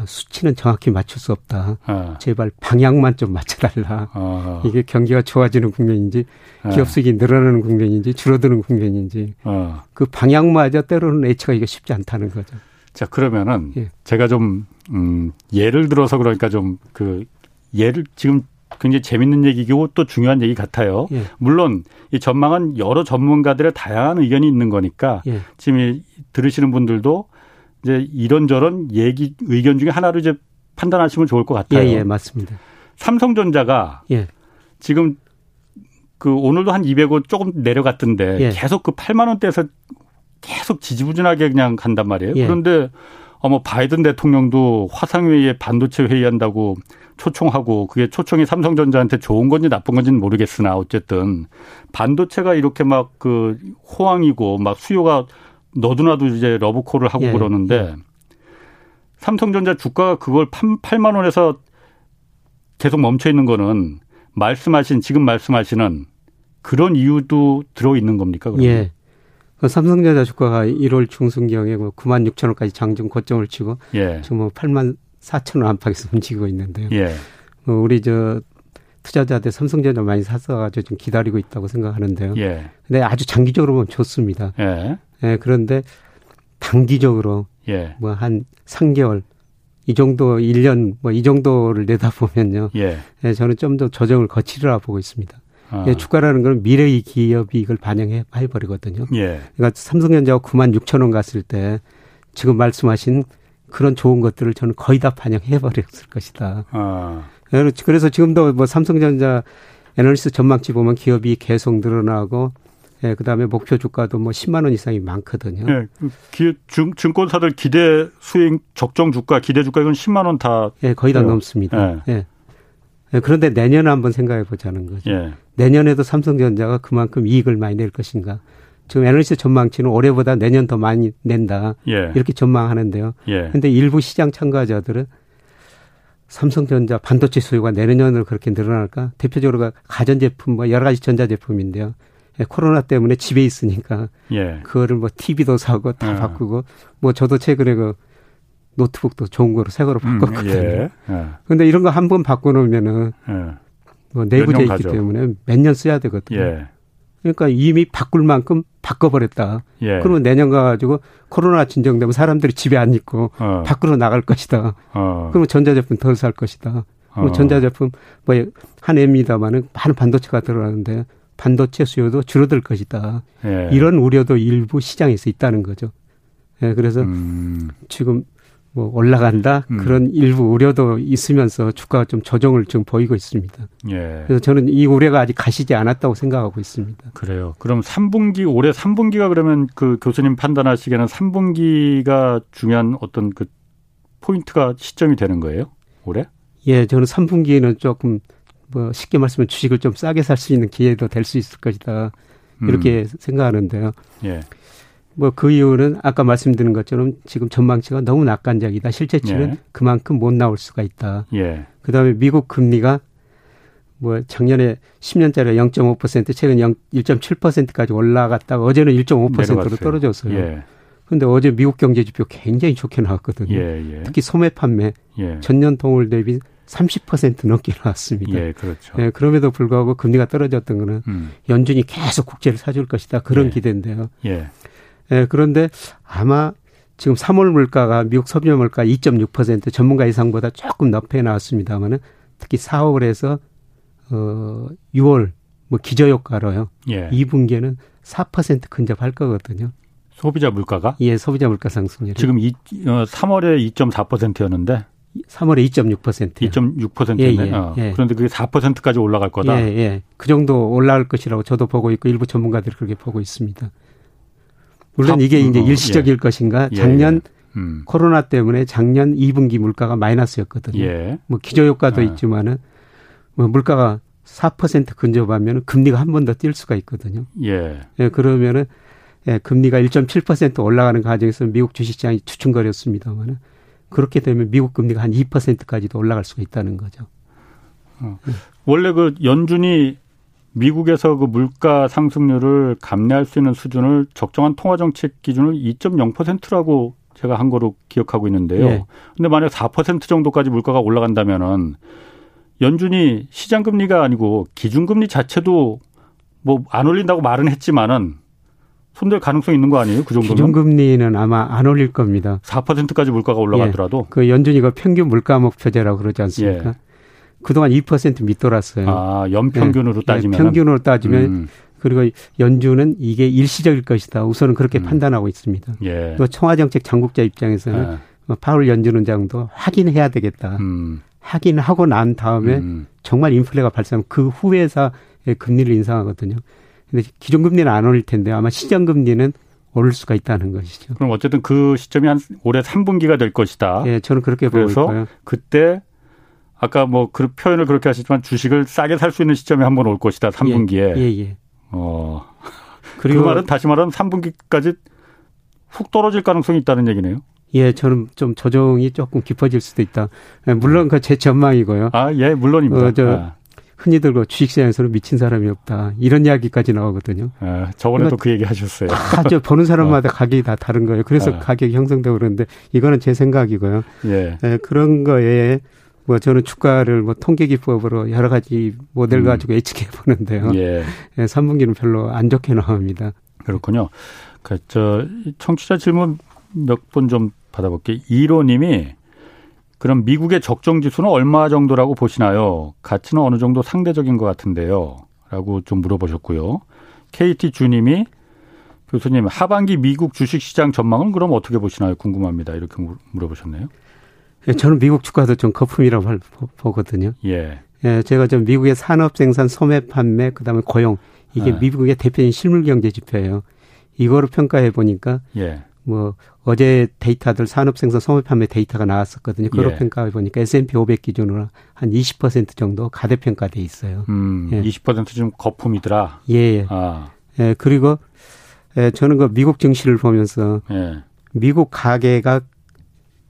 S3: 수치는 정확히 맞출 수 없다.
S1: 아,
S3: 제발 방향만 좀 맞춰달라.
S1: 아,
S3: 이게 경기가 좋아지는 국면인지
S1: 아,
S3: 기업 수익이 늘어나는 국면인지 줄어드는 국면인지
S1: 아.
S3: 그 방향마저 때로는 예측하기가 쉽지 않다는 거죠.
S1: 자 그러면은
S3: 예.
S1: 제가 좀 음, 예를 들어서 그러니까 좀 그 예를 지금 굉장히 재밌는 얘기고 또 중요한 얘기 같아요.
S3: 예.
S1: 물론 이 전망은 여러 전문가들의 다양한 의견이 있는 거니까
S3: 예.
S1: 지금 이 들으시는 분들도 이제 이런저런 얘기 의견 중에 하나로 이제 판단하시면 좋을 것
S3: 예,
S1: 같아요.
S3: 예, 맞습니다.
S1: 삼성전자가
S3: 예.
S1: 지금 그 오늘도 한 200원 조금 내려갔던데
S3: 예.
S1: 계속 그 8만 원대에서 계속 지지부진하게 그냥 간단 말이에요.
S3: 예.
S1: 그런데 어머 뭐 바이든 대통령도 화상회의에 반도체 회의한다고 초청하고 그게 초청이 삼성전자한테 좋은 건지 나쁜 건지는 모르겠으나 어쨌든 반도체가 이렇게 막 그 호황이고 막 수요가 너도나도 이제 러브콜을 하고
S3: 예.
S1: 그러는데 삼성전자 주가가 그걸 8만 원에서 계속 멈춰 있는 거는 말씀하신 지금 말씀하시는 그런 이유도 들어 있는 겁니까? 그러면?
S3: 예. 그 삼성전자 주가가 1월 중순경에 9만 6천 원까지 장중 고점을 치고
S1: 예.
S3: 지금 뭐 8만 4천 원 안팎에서 움직이고 있는데요.
S1: 예.
S3: 어, 우리 저 투자자들 삼성전자 많이 샀어가지고 좀 기다리고 있다고 생각하는데요.
S1: 예.
S3: 근데 아주 장기적으로 보면 좋습니다.
S1: 예.
S3: 예, 그런데 단기적으로
S1: 예.
S3: 뭐 한 3개월 이 정도 1년 뭐 이 정도를 내다보면요.
S1: 예.
S3: 예, 저는 좀 더 조정을 거치리라 보고 있습니다.
S1: 아.
S3: 예, 주가라는 건 미래의 기업이 이걸 반영해 해버리거든요.
S1: 예.
S3: 그러니까 삼성전자가 9만 6천 원 갔을 때 지금 말씀하신 그런 좋은 것들을 저는 거의 다 반영해버렸을 것이다.
S1: 아.
S3: 그래서 지금도 뭐 삼성전자 애널리스트 전망치 보면 기업이 계속 늘어나고 예, 그다음에 목표 주가도 뭐 10만 원 이상이 많거든요.
S1: 예. 그 기, 증, 증권사들 기대 수익 적정 주가 기대 주가 이건 10만 원 다.
S3: 예, 거의 다
S1: 그래요.
S3: 넘습니다. 예. 예, 그런데 내년에 한번 생각해 보자는 거죠.
S1: 예.
S3: 내년에도 삼성전자가 그만큼 이익을 많이 낼 것인가? 지금 애널리스트 전망치는 올해보다 내년 더 많이 낸다.
S1: 예.
S3: 이렇게 전망하는데요.
S1: 예.
S3: 근데 일부 시장 참가자들은 삼성전자 반도체 수요가 내년으로 그렇게 늘어날까? 대표적으로 가전제품, 뭐 여러 가지 전자제품인데요. 예, 코로나 때문에 집에 있으니까
S1: 예.
S3: 그거를 뭐 TV도 사고 다
S1: 아.
S3: 바꾸고 뭐 저도 최근에 그 노트북도 좋은 거로 새 거로
S1: 음,
S3: 바꿨거든요.
S1: 예. 예.
S3: 근데 이런 거 한 번 바꿔놓으면은
S1: 예.
S3: 뭐
S1: 몇
S3: 내구재
S1: 년
S3: 있기
S1: 가죠.
S3: 때문에 몇 년 써야 되거든요.
S1: 예.
S3: 그러니까 이미 바꿀 만큼 바꿔버렸다.
S1: 예.
S3: 그러면 내년 가가지고 코로나 진정되면 사람들이 집에 안 있고
S1: 어.
S3: 밖으로 나갈 것이다.
S1: 어.
S3: 그러면 전자제품 덜 살 것이다. 그럼
S1: 어.
S3: 전자제품 뭐한 애입니다만은 많은 반도체가 들어가는데 반도체 수요도 줄어들 것이다.
S1: 예.
S3: 이런 우려도 일부 시장에서 있다는 거죠. 예, 그래서
S1: 음.
S3: 지금 뭐 올라간다
S1: 음.
S3: 그런 일부 우려도 있으면서 주가가 좀 조정을 좀 보이고 있습니다.
S1: 예.
S3: 그래서 저는 이 우려가 아직 가시지 않았다고 생각하고 있습니다.
S1: 그래요. 그럼 3분기 올해 3분기가 그러면 그 교수님 판단하시기에는 3분기가 중요한 어떤 그 포인트가 시점이 되는 거예요? 올해?
S3: 예, 저는 3분기에는 조금 뭐 쉽게 말씀하면 주식을 좀 싸게 살 수 있는 기회도 될 수 있을 것이다.
S1: 음.
S3: 이렇게 생각하는데요.
S1: 예.
S3: 뭐 그 이유는 아까 말씀드린 것처럼 지금 전망치가 너무 낙관적이다. 실제치는
S1: 예.
S3: 그만큼 못 나올 수가 있다.
S1: 예.
S3: 그다음에 미국 금리가 뭐 작년에 10년짜리 0.5% 최근 0, 1.7%까지 올라갔다가 어제는 1.5%로
S1: 내려갔어요.
S3: 떨어졌어요.
S1: 예.
S3: 그런데 어제 미국 경제 지표 굉장히 좋게 나왔거든요.
S1: 예. 예.
S3: 특히 소매 판매
S1: 예.
S3: 전년 동월 대비 30% 넘게 나왔습니다.
S1: 예, 그렇죠.
S3: 예, 그럼에도 불구하고 금리가 떨어졌던 거는
S1: 음.
S3: 연준이 계속 국채를 사줄 것이다 그런
S1: 예.
S3: 기대인데요.
S1: 예.
S3: 예, 그런데 아마 지금 3월 물가가 미국 소비자 물가 2.6% 전문가 예상보다 조금 높게 나왔습니다만은 특히 4월에서 어 6월 뭐 기저 효과로요.
S1: 예.
S3: 이 2분기에는 4% 근접할 거거든요.
S1: 소비자 물가가
S3: 예, 소비자 물가 상승률이
S1: 지금 이, 어, 3월에 2.4%였는데
S3: 3월에 2.6%.
S1: 2.6%였네.
S3: 예, 예,
S1: 어.
S3: 예.
S1: 그런데 그게 4%까지 올라갈
S3: 예,
S1: 거다.
S3: 예. 그 정도 올라갈 것이라고 저도 보고 있고 일부 전문가들이 그렇게 보고 있습니다. 물론
S1: 다-
S3: 이게 이제
S1: 음,
S3: 일시적일 것인가?
S1: 예,
S3: 작년
S1: 음.
S3: 코로나 때문에 작년 2분기 물가가 마이너스였거든요.
S1: 예.
S3: 뭐 기저 효과도
S1: 아.
S3: 있지만은 뭐 물가가 4% 근접하면 금리가 한 번 더 뛸 수가 있거든요.
S1: 예.
S3: 예, 그러면은 예, 금리가 1.7% 올라가는 과정에서 미국 주식시장이 주춤거렸습니다만은 그렇게 되면 미국 금리가 한 2%까지도 올라갈 수가 있다는 거죠.
S1: 원래 그 연준이 미국에서 그 물가 상승률을 감내할 수 있는 수준을 적정한 통화 정책 기준을 2.0%라고 제가 한 거로 기억하고 있는데요.
S3: 예.
S1: 근데 만약 4% 정도까지 물가가 올라간다면은 연준이 시장 금리가 아니고 기준 금리 자체도 뭐 안 올린다고 말은 했지만은 손댈 가능성이 있는 거 아니에요? 그 정도면
S3: 기준금리는 아마 안 올릴 겁니다.
S1: 4%까지 물가가 올라가더라도
S3: 그 연준이가 평균 물가 목표제라고 그러지 않습니까? 그동안 2% 밑돌았어요.
S1: 예. 아 연평균으로 음.
S3: 예,
S1: 따지면
S3: 평균으로 따지면 그리고 연준은 이게 일시적일 것이다. 우선은 그렇게
S1: 음.
S3: 판단하고 있습니다.
S1: 예.
S3: 또뭐 청와정책 당국자 입장에서는
S1: 예.
S3: 파월 연준 원장도 확인해야 되겠다.
S1: 음,
S3: 확인하고 난 다음에
S1: 음.
S3: 정말 인플레가 발생하면 그 후에서 금리를 인상하거든요. 근데 기존 금리는 안 올릴 텐데 아마 시장 금리는 오를 수가 있다는 것이죠.
S1: 그럼 어쨌든 그 시점이 한 올해 3분기가 될 것이다.
S3: 예, 저는 그렇게 보고
S1: 아? 그래서
S3: 있고요.
S1: 그때 아까 뭐 그 표현을 그렇게 하시지만 주식을 싸게 살 수 있는 시점이 한 번 올 것이다. 3분기에.
S3: 예, 예.
S1: 어. 그
S3: 그리고
S1: 말은 다시 말하면 3분기까지 훅 떨어질 가능성이 있다는 얘기네요.
S3: 예, 저는 좀 조정이 조금 깊어질 수도 있다. 예,
S1: 음.
S3: 물론 그 제 전망이고요.
S1: 아, 예, 물론입니다.
S3: 어, 저-
S1: 아,
S3: 흔히들 그 주식시장에서는 미친 사람이 없다. 이런 이야기까지 나오거든요.
S1: 아, 저번에도 그 얘기 하셨어요.
S3: 다저 보는
S1: 어.
S3: 사람마다 가격이 다 다른 거예요. 그래서
S1: 아.
S3: 가격이 형성되고 그러는데 이거는 제 생각이고요.
S1: 예.
S3: 예, 그런 거에 뭐 저는 주가를 뭐 통계 기법으로 여러 가지 모델
S1: 음.
S3: 가지고 예측해 보는데요.
S1: 예.
S3: 예, 3분기는 별로 안 좋게 나옵니다.
S1: 그렇군요. 그, 저, 청취자 질문 몇 번 좀 받아볼게요. 1호님이 그럼 미국의 적정 지수는 얼마 정도라고 보시나요? 가치는 어느 정도 상대적인 것 같은데요. 라고 좀 물어보셨고요. KT 주님이 교수님 하반기 미국 주식시장 전망은 그럼 어떻게 보시나요? 궁금합니다. 이렇게 물- 물어보셨네요.
S3: 예, 저는 미국 주가도 좀 거품이라고 할- 보- 보거든요.
S1: 예.
S3: 예, 제가 좀 미국의 산업 생산, 소매 판매, 그다음에 고용 이게
S1: 네.
S3: 미국의 대표적인 실물 경제 지표예요. 이거로 평가해 보니까
S1: 예.
S3: 뭐 어제 데이터들 산업 생산, 소매 판매 데이터가 나왔었거든요. 그걸
S1: 예.
S3: 로 평가해 보니까 S&P 500 기준으로 한 20% 정도 가대평가돼 있어요.
S1: 음,
S3: 예.
S1: 20%좀 거품이더라.
S3: 예, 예.
S1: 아,
S3: 예, 그리고 예, 저는 그 미국 증시를 보면서
S1: 예.
S3: 미국 가계가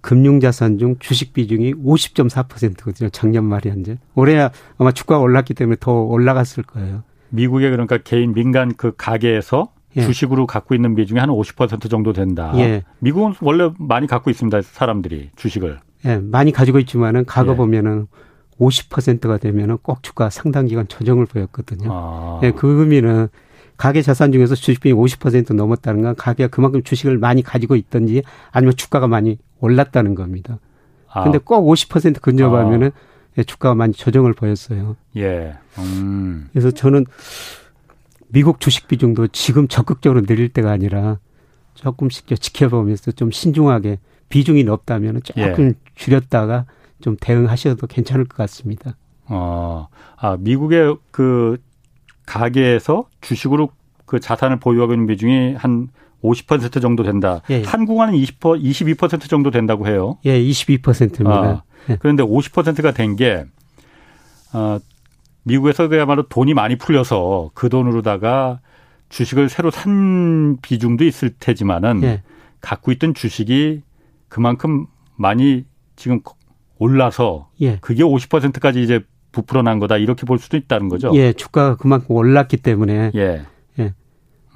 S3: 금융자산 중 주식 비중이 50.4%거든요. 작년 말이 현재. 올해 아마 주가가 올랐기 때문에 더 올라갔을 거예요.
S1: 미국의 그러니까 개인 민간 그 가게에서
S3: 예.
S1: 주식으로 갖고 있는 비중이 한 50% 정도 된다.
S3: 예.
S1: 미국은 원래 많이 갖고 있습니다. 사람들이 주식을.
S3: 예, 많이 가지고 있지만은 과거
S1: 예.
S3: 보면은 50%가 되면은 꼭 주가 상당 기간 조정을 보였거든요.
S1: 아,
S3: 예, 그 의미는 가계 자산 중에서 주식 비중이 50% 넘었다는 건 가계가 그만큼 주식을 많이 가지고 있든지 아니면 주가가 많이 올랐다는 겁니다.
S1: 아,
S3: 근데 꼭 50% 근접하면은 예, 주가가 많이 조정을 보였어요.
S1: 예. 음.
S3: 그래서 저는 미국 주식 비중도 지금 적극적으로 늘릴 때가 아니라 조금씩 좀 지켜보면서 좀 신중하게 비중이 높다면
S1: 예.
S3: 조금 줄였다가 좀 대응하셔도 괜찮을 것 같습니다.
S1: 어. 아, 미국의 그 가게에서 주식으로 그 자산을 보유하고 있는 비중이 한 50% 정도 된다.
S3: 예.
S1: 한국화는 20% 22% 정도 된다고 해요.
S3: 예, 22%입니다.
S1: 아.
S3: 예.
S1: 그런데 50%가 된 게, 어, 미국에서 그야말로 돈이 많이 풀려서 그 돈으로다가 주식을 새로 산 비중도 있을 테지만은
S3: 예.
S1: 갖고 있던 주식이 그만큼 많이 지금 올라서
S3: 예.
S1: 그게 50%까지 이제 부풀어 난 거다 이렇게 볼 수도 있다는 거죠.
S3: 예, 주가가 그만큼 올랐기 때문에
S1: 예.
S3: 예.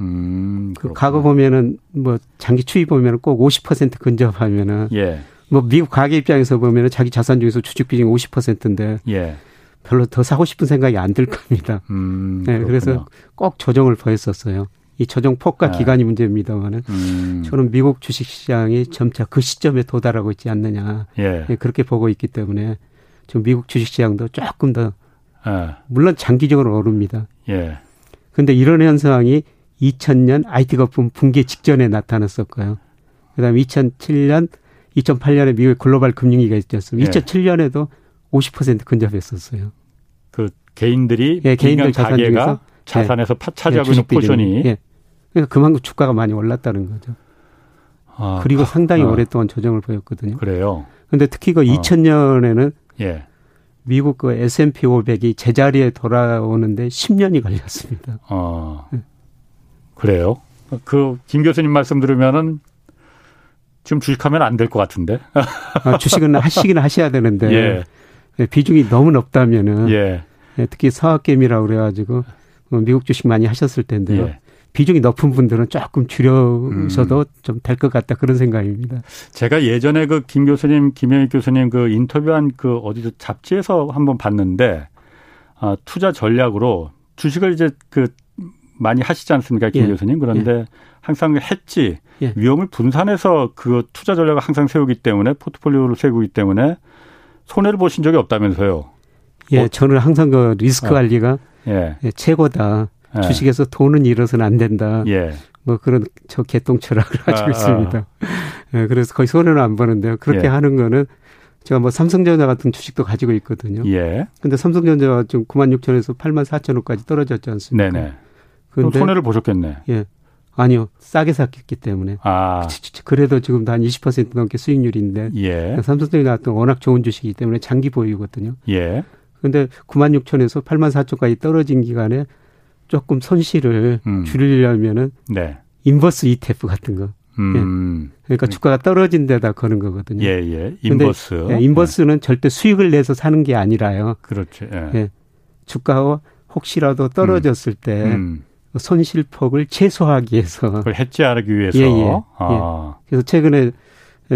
S1: 음.
S3: 그
S1: 그렇구나.
S3: 과거 보면은 뭐 장기 추이 보면은 꼭 50% 근접하면은
S1: 예.
S3: 뭐 미국 가계 입장에서 보면은 자기 자산 중에서 주식 비중이 50%인데
S1: 예.
S3: 별로 더 사고 싶은 생각이 안 들 겁니다.
S1: 음.
S3: 네, 그래서
S1: 그렇군요.
S3: 꼭 조정을 보였었어요. 이 조정 폭과
S1: 네.
S3: 기간이 문제입니다만은
S1: 음.
S3: 저는 미국 주식시장이 점차 그 시점에 도달하고 있지 않느냐
S1: 예.
S3: 예, 그렇게 보고 있기 때문에 좀 미국 주식시장도 조금 더
S1: 예.
S3: 물론 장기적으로 오릅니다.
S1: 예.
S3: 그런데 이런 현상이 2000년 IT 거품 붕괴 직전에 나타났었고요. 그다음에 2007년, 2008년에 미국의 글로벌 금융위기가 있었어요.
S1: 예.
S3: 2007년에도 50% 근접했었어요.
S1: 그 개인들이
S3: 예, 개인들
S1: 민간
S3: 자산
S1: 가게가
S3: 중에서,
S1: 자산에서 파
S3: 예,
S1: 차지하고 있는
S3: 주식 비중이.
S1: 포션이
S3: 예. 그러니까 그만큼 주가가 많이 올랐다는 거죠.
S1: 아,
S3: 그리고
S1: 아,
S3: 상당히
S1: 아,
S3: 오랫동안 조정을 보였거든요.
S1: 그래요. 아.
S3: 근데 특히 그 2000년에는
S1: 예.
S3: 미국 그 S&P 500이 제자리에 돌아오는데 10년이 걸렸습니다.
S1: 어.
S3: 예.
S1: 그래요. 그 김 교수님 말씀 들으면은 지금 주식하면 안 될 것 같은데.
S3: 아, 주식은 하시긴 하셔야 되는데
S1: 예.
S3: 비중이 너무 높다면은
S1: 예.
S3: 예, 특히 서학개미라 그래가지고 어, 미국 주식 많이 하셨을 텐데요.
S1: 예.
S3: 비중이 높은 분들은 조금 줄여서도
S1: 음.
S3: 좀 될 것 같다 그런
S1: 뭐
S3: 생각입니다.
S1: 제가 예전에 그 김 교수님, 김영익 교수님 그 인터뷰한 그 어디서 잡지에서 한번 봤는데 아, 투자 전략으로 주식을 이제 그 많이 하시지 않습니까, 김
S3: 예.
S1: 교수님? 그런데 항상 했지
S3: 예.
S1: 위험을 분산해서 그 투자 전략을 항상 세우기 때문에 포트폴리오를 세우기 때문에 손해를 보신 적이 없다면서요.
S3: 예,
S1: 어.
S3: 저는 항상 그 리스크
S1: 어.
S3: 관리가
S1: 예.
S3: 예, 최고다.
S1: 예.
S3: 주식에서 돈은 잃어서는 안 된다.
S1: 예.
S3: 뭐 그런 저 개똥 철학을
S1: 아,
S3: 가지고
S1: 아.
S3: 있습니다. 예, 그래서 거의 손해는 안 보는데요. 그렇게
S1: 예.
S3: 하는 거는 제가 뭐 삼성전자 같은 주식도 가지고 있거든요.
S1: 예.
S3: 근데 삼성전자가 지금 9만 6천에서 8만 4천 원까지 떨어졌지 않습니까?
S1: 네네. 그럼
S3: 근데
S1: 손해를 보셨겠네.
S3: 예. 아니요. 싸게 샀기 때문에.
S1: 아.
S3: 그래도 지금 한 20% 넘게 수익률인데
S1: 예.
S3: 삼성전자 나왔던 워낙 좋은 주식이기 때문에 장기 보유거든요.
S1: 예.
S3: 근데 9만 6천에서 8만 4천까지 떨어진 기간에 조금 손실을
S1: 음.
S3: 줄이려면은
S1: 네.
S3: 인버스 ETF 같은 거.
S1: 음.
S3: 그러니까 주가가 떨어진 데다 거는 거거든요.
S1: 예, 예. 인버스.
S3: 예, 인버스는 절대 수익을 내서 사는 게 아니라요.
S1: 그렇죠. 예.
S3: 예. 주가가 혹시라도 떨어졌을 때
S1: 음,
S3: 손실폭을 최소화하기 위해서
S1: 그걸 해지하기 위해서.
S3: 예, 예,
S1: 아,
S3: 그래서 최근에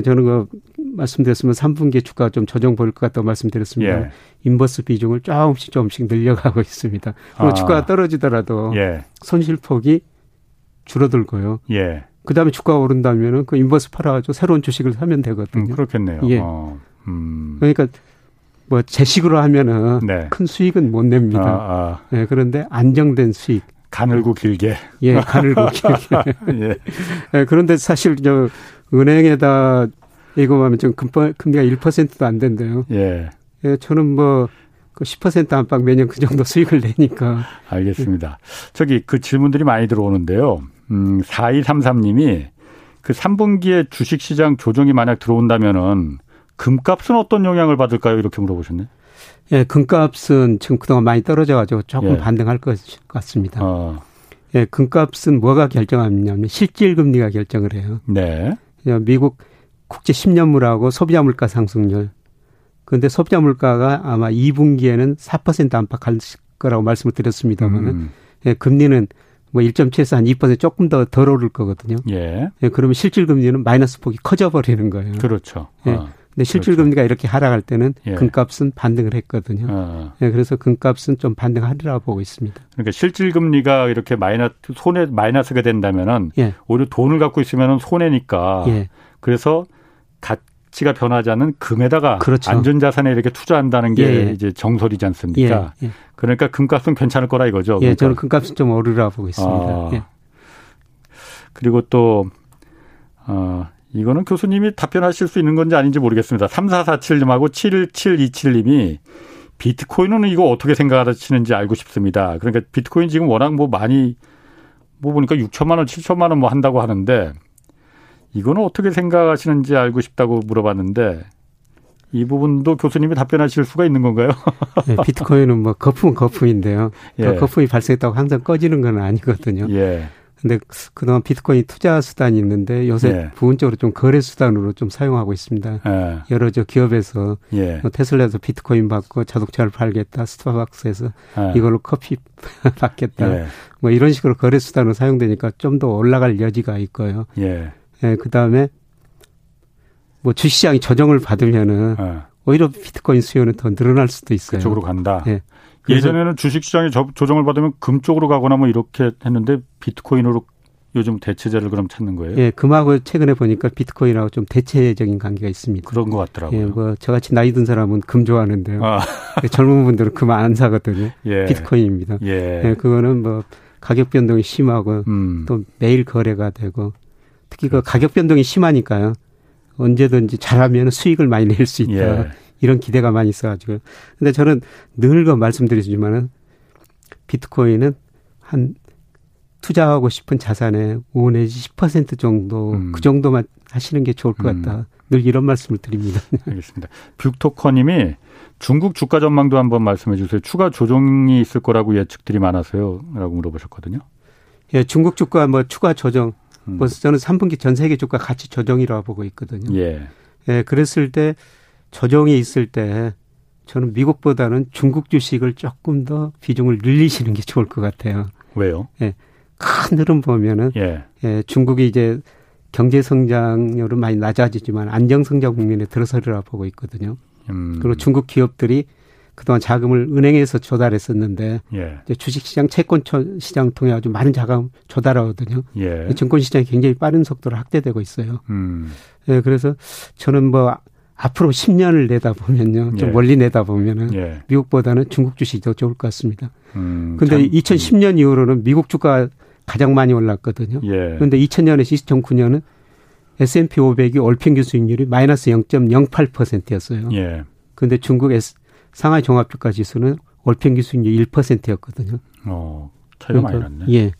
S3: 저는 그 말씀드렸으면 3분기 주가 좀 조정 보일 것 같다고 말씀드렸습니다.
S1: 예.
S3: 인버스 비중을 조금씩 조금씩 늘려가고 있습니다. 그럼
S1: 아.
S3: 주가가 떨어지더라도
S1: 예,
S3: 손실폭이 줄어들고요.
S1: 예.
S3: 그 다음에 주가가 오른다면은 그 인버스 팔아가지고 새로운 주식을 사면
S1: 음,
S3: 되거든요.
S1: 그렇겠네요.
S3: 예.
S1: 어, 음,
S3: 그러니까 뭐 제식으로 하면은
S1: 네.
S3: 큰 수익은 못 냅니다.
S1: 아, 아,
S3: 예, 그런데 안정된 수익,
S1: 가늘고 길게.
S3: 예, 가늘고 길게.
S1: 예.
S3: 예, 그런데 사실 저 은행에다 이거 하면 지금 금방 금리가 1%도 안 된대요.
S1: 예.
S3: 예, 저는 뭐 그 10% 안팎 매년 그 정도 수익을 내니까
S1: 알겠습니다. 저기 그 질문들이 많이 들어오는데요. 음, 4233님이 그 3분기에 주식시장 조정이 만약 들어온다면은 금값은 어떤 영향을 받을까요? 이렇게 물어보셨네.
S3: 예, 금값은 지금 그동안 많이 떨어져 가지고 조금
S1: 예.
S3: 반등할 것 같습니다.
S1: 어,
S3: 예, 금값은 뭐가 결정하냐면 실질 금리가 결정을 해요.
S1: 네.
S3: 예, 미국 국제 10년물하고 소비자 물가 상승률. 그런데 소비자 물가가 아마 2분기에는 4% 안팎 할 거라고 말씀을 드렸습니다만은
S1: 음,
S3: 예, 금리는 뭐 1.7에서 한 2% 조금 더 덜 오를 거거든요.
S1: 예.
S3: 예, 그러면 실질 금리는 마이너스 폭이 커져 버리는 거예요.
S1: 그렇죠.
S3: 예.
S1: 어,
S3: 근데 실질
S1: 그렇죠.
S3: 금리가 이렇게 하락할 때는
S1: 예.
S3: 금값은 반등을 했거든요.
S1: 어.
S3: 예, 그래서 금값은 좀 반등하리라 보고 있습니다.
S1: 그러니까 실질 금리가 이렇게 마이너스 손에 마이너스가 된다면은
S3: 예.
S1: 오히려 돈을 갖고 있으면은 손해니까
S3: 예.
S1: 그래서 가치가 변하지 않는 금에다가
S3: 그렇죠.
S1: 안전 자산에 이렇게 투자한다는 게
S3: 예, 예.
S1: 이제 정설이지
S3: 예.
S1: 않습니까?
S3: 예.
S1: 그러니까 금값은 괜찮을 거라 이거죠.
S3: 예,
S1: 그러니까.
S3: 저는 금값은 좀 오르라 보고 있습니다.
S1: 아.
S3: 예.
S1: 그리고 또 어, 이거는 교수님이 답변하실 수 있는 건지 아닌지 모르겠습니다. 3447님하고 71727님이 비트코인은 이거 어떻게 생각하시는지 알고 싶습니다. 그러니까 비트코인 지금 워낙 뭐 많이 뭐 보니까 6천만 원, 7천만 원 뭐 한다고 하는데 이거는 어떻게 생각하시는지 알고 싶다고 물어봤는데 이 부분도 교수님이 답변하실 수가 있는 건가요?
S3: 예, 비트코인은 뭐 거품은 거품인데요.
S1: 예.
S3: 그 거품이 발생했다고 항상 꺼지는 건 아니거든요.
S1: 예.
S3: 근데 그동안 비트코인 투자 수단이 있는데 요새
S1: 예.
S3: 부분적으로 좀 거래 수단으로 좀 사용하고 있습니다.
S1: 예.
S3: 여러 저 기업에서
S1: 예.
S3: 뭐 테슬라에서 비트코인 받고 자동차를 팔겠다, 스타벅스에서
S1: 예.
S3: 이걸로 커피 받겠다,
S1: 예.
S3: 뭐 이런 식으로 거래 수단으로 사용되니까 좀 더 올라갈 여지가 있고요.
S1: 예.
S3: 예, 그 다음에 뭐 주시장이 조정을 받으면은
S1: 예.
S3: 오히려 비트코인 수요는 더 늘어날 수도 있어요.
S1: 그쪽으로 간다.
S3: 예. 그래서-
S1: 예전에는 주식시장이 저- 조정을 받으면 금 쪽으로 가거나 뭐 이렇게 했는데 비트코인으로 요즘 대체제를 그럼 찾는 거예요?
S3: 예, 금하고 최근에 보니까 비트코인하고 좀 대체적인 관계가 있습니다.
S1: 그런 것
S3: 예,
S1: 같더라고요.
S3: 뭐 저같이 나이 든 사람은 금 좋아하는데요.
S1: 아,
S3: 젊은 분들은 금 안 사거든요.
S1: 예.
S3: 비트코인입니다.
S1: 예.
S3: 예, 그거는 뭐 가격 변동이 심하고
S1: 음. 그렇죠.
S3: 또 매일 거래가 되고 특히 그 가격 변동이 심하니까요. 언제든지 잘하면 수익을 많이 낼 수 있다.
S1: 예.
S3: 이런 기대가 많이 있어가지고요. 근데 저는 늘 그 말씀드리지만은 비트코인은 한 투자하고 싶은 자산의 5 내지 10% 정도 음. 그 정도만 하시는 게 좋을 것 같다. 음. 늘 이런 말씀을 드립니다.
S1: 알겠습니다. 뷰토커님이 중국 주가 전망도 한번 말씀해 주세요. 추가 조정이 있을 거라고 예측들이 많아서요라고 물어보셨거든요.
S3: 예, 중국 주가 뭐 추가 조정. 음. 벌써 저는 3분기 전 세계 주가 같이 조정이라고 보고 있거든요.
S1: 예.
S3: 예, 그랬을 때 조정이 있을 때 저는 미국보다는 중국 주식을 조금 더 비중을 늘리시는 게 좋을 것 같아요.
S1: 왜요?
S3: 예. 큰 흐름 보면은 예. 예 중국이 이제 경제 성장률은 많이 낮아지지만 안정 성장 국면에 들어서리라 보고 있거든요. 음. 그리고 중국 기업들이 그동안 자금을 은행에서 조달했었는데 예. 이제 주식시장, 채권 시장 통해 아주 많은 자금 조달하거든요.
S1: 예.
S3: 증권시장이 굉장히 빠른 속도로 확대되고 있어요. 음. 예, 그래서 저는 뭐 앞으로 10년을 내다보면요. 좀 예. 멀리 내다보면은 예. 미국보다는 중국 주식이 더 좋을 것 같습니다. 음, 근데 참, 2010년 이후로는 미국 주가 가장 많이 올랐거든요.
S1: 예.
S3: 그런데 2000년에서 2009년은 S&P 500이 월평균 수익률이 마이너스 0.08%였어요.
S1: 예.
S3: 그런데 중국 S, 상하이 종합주가 지수는 월평균 수익률 1%였거든요.
S1: 어, 차이가 그러니까, 많이 났네.
S3: 예.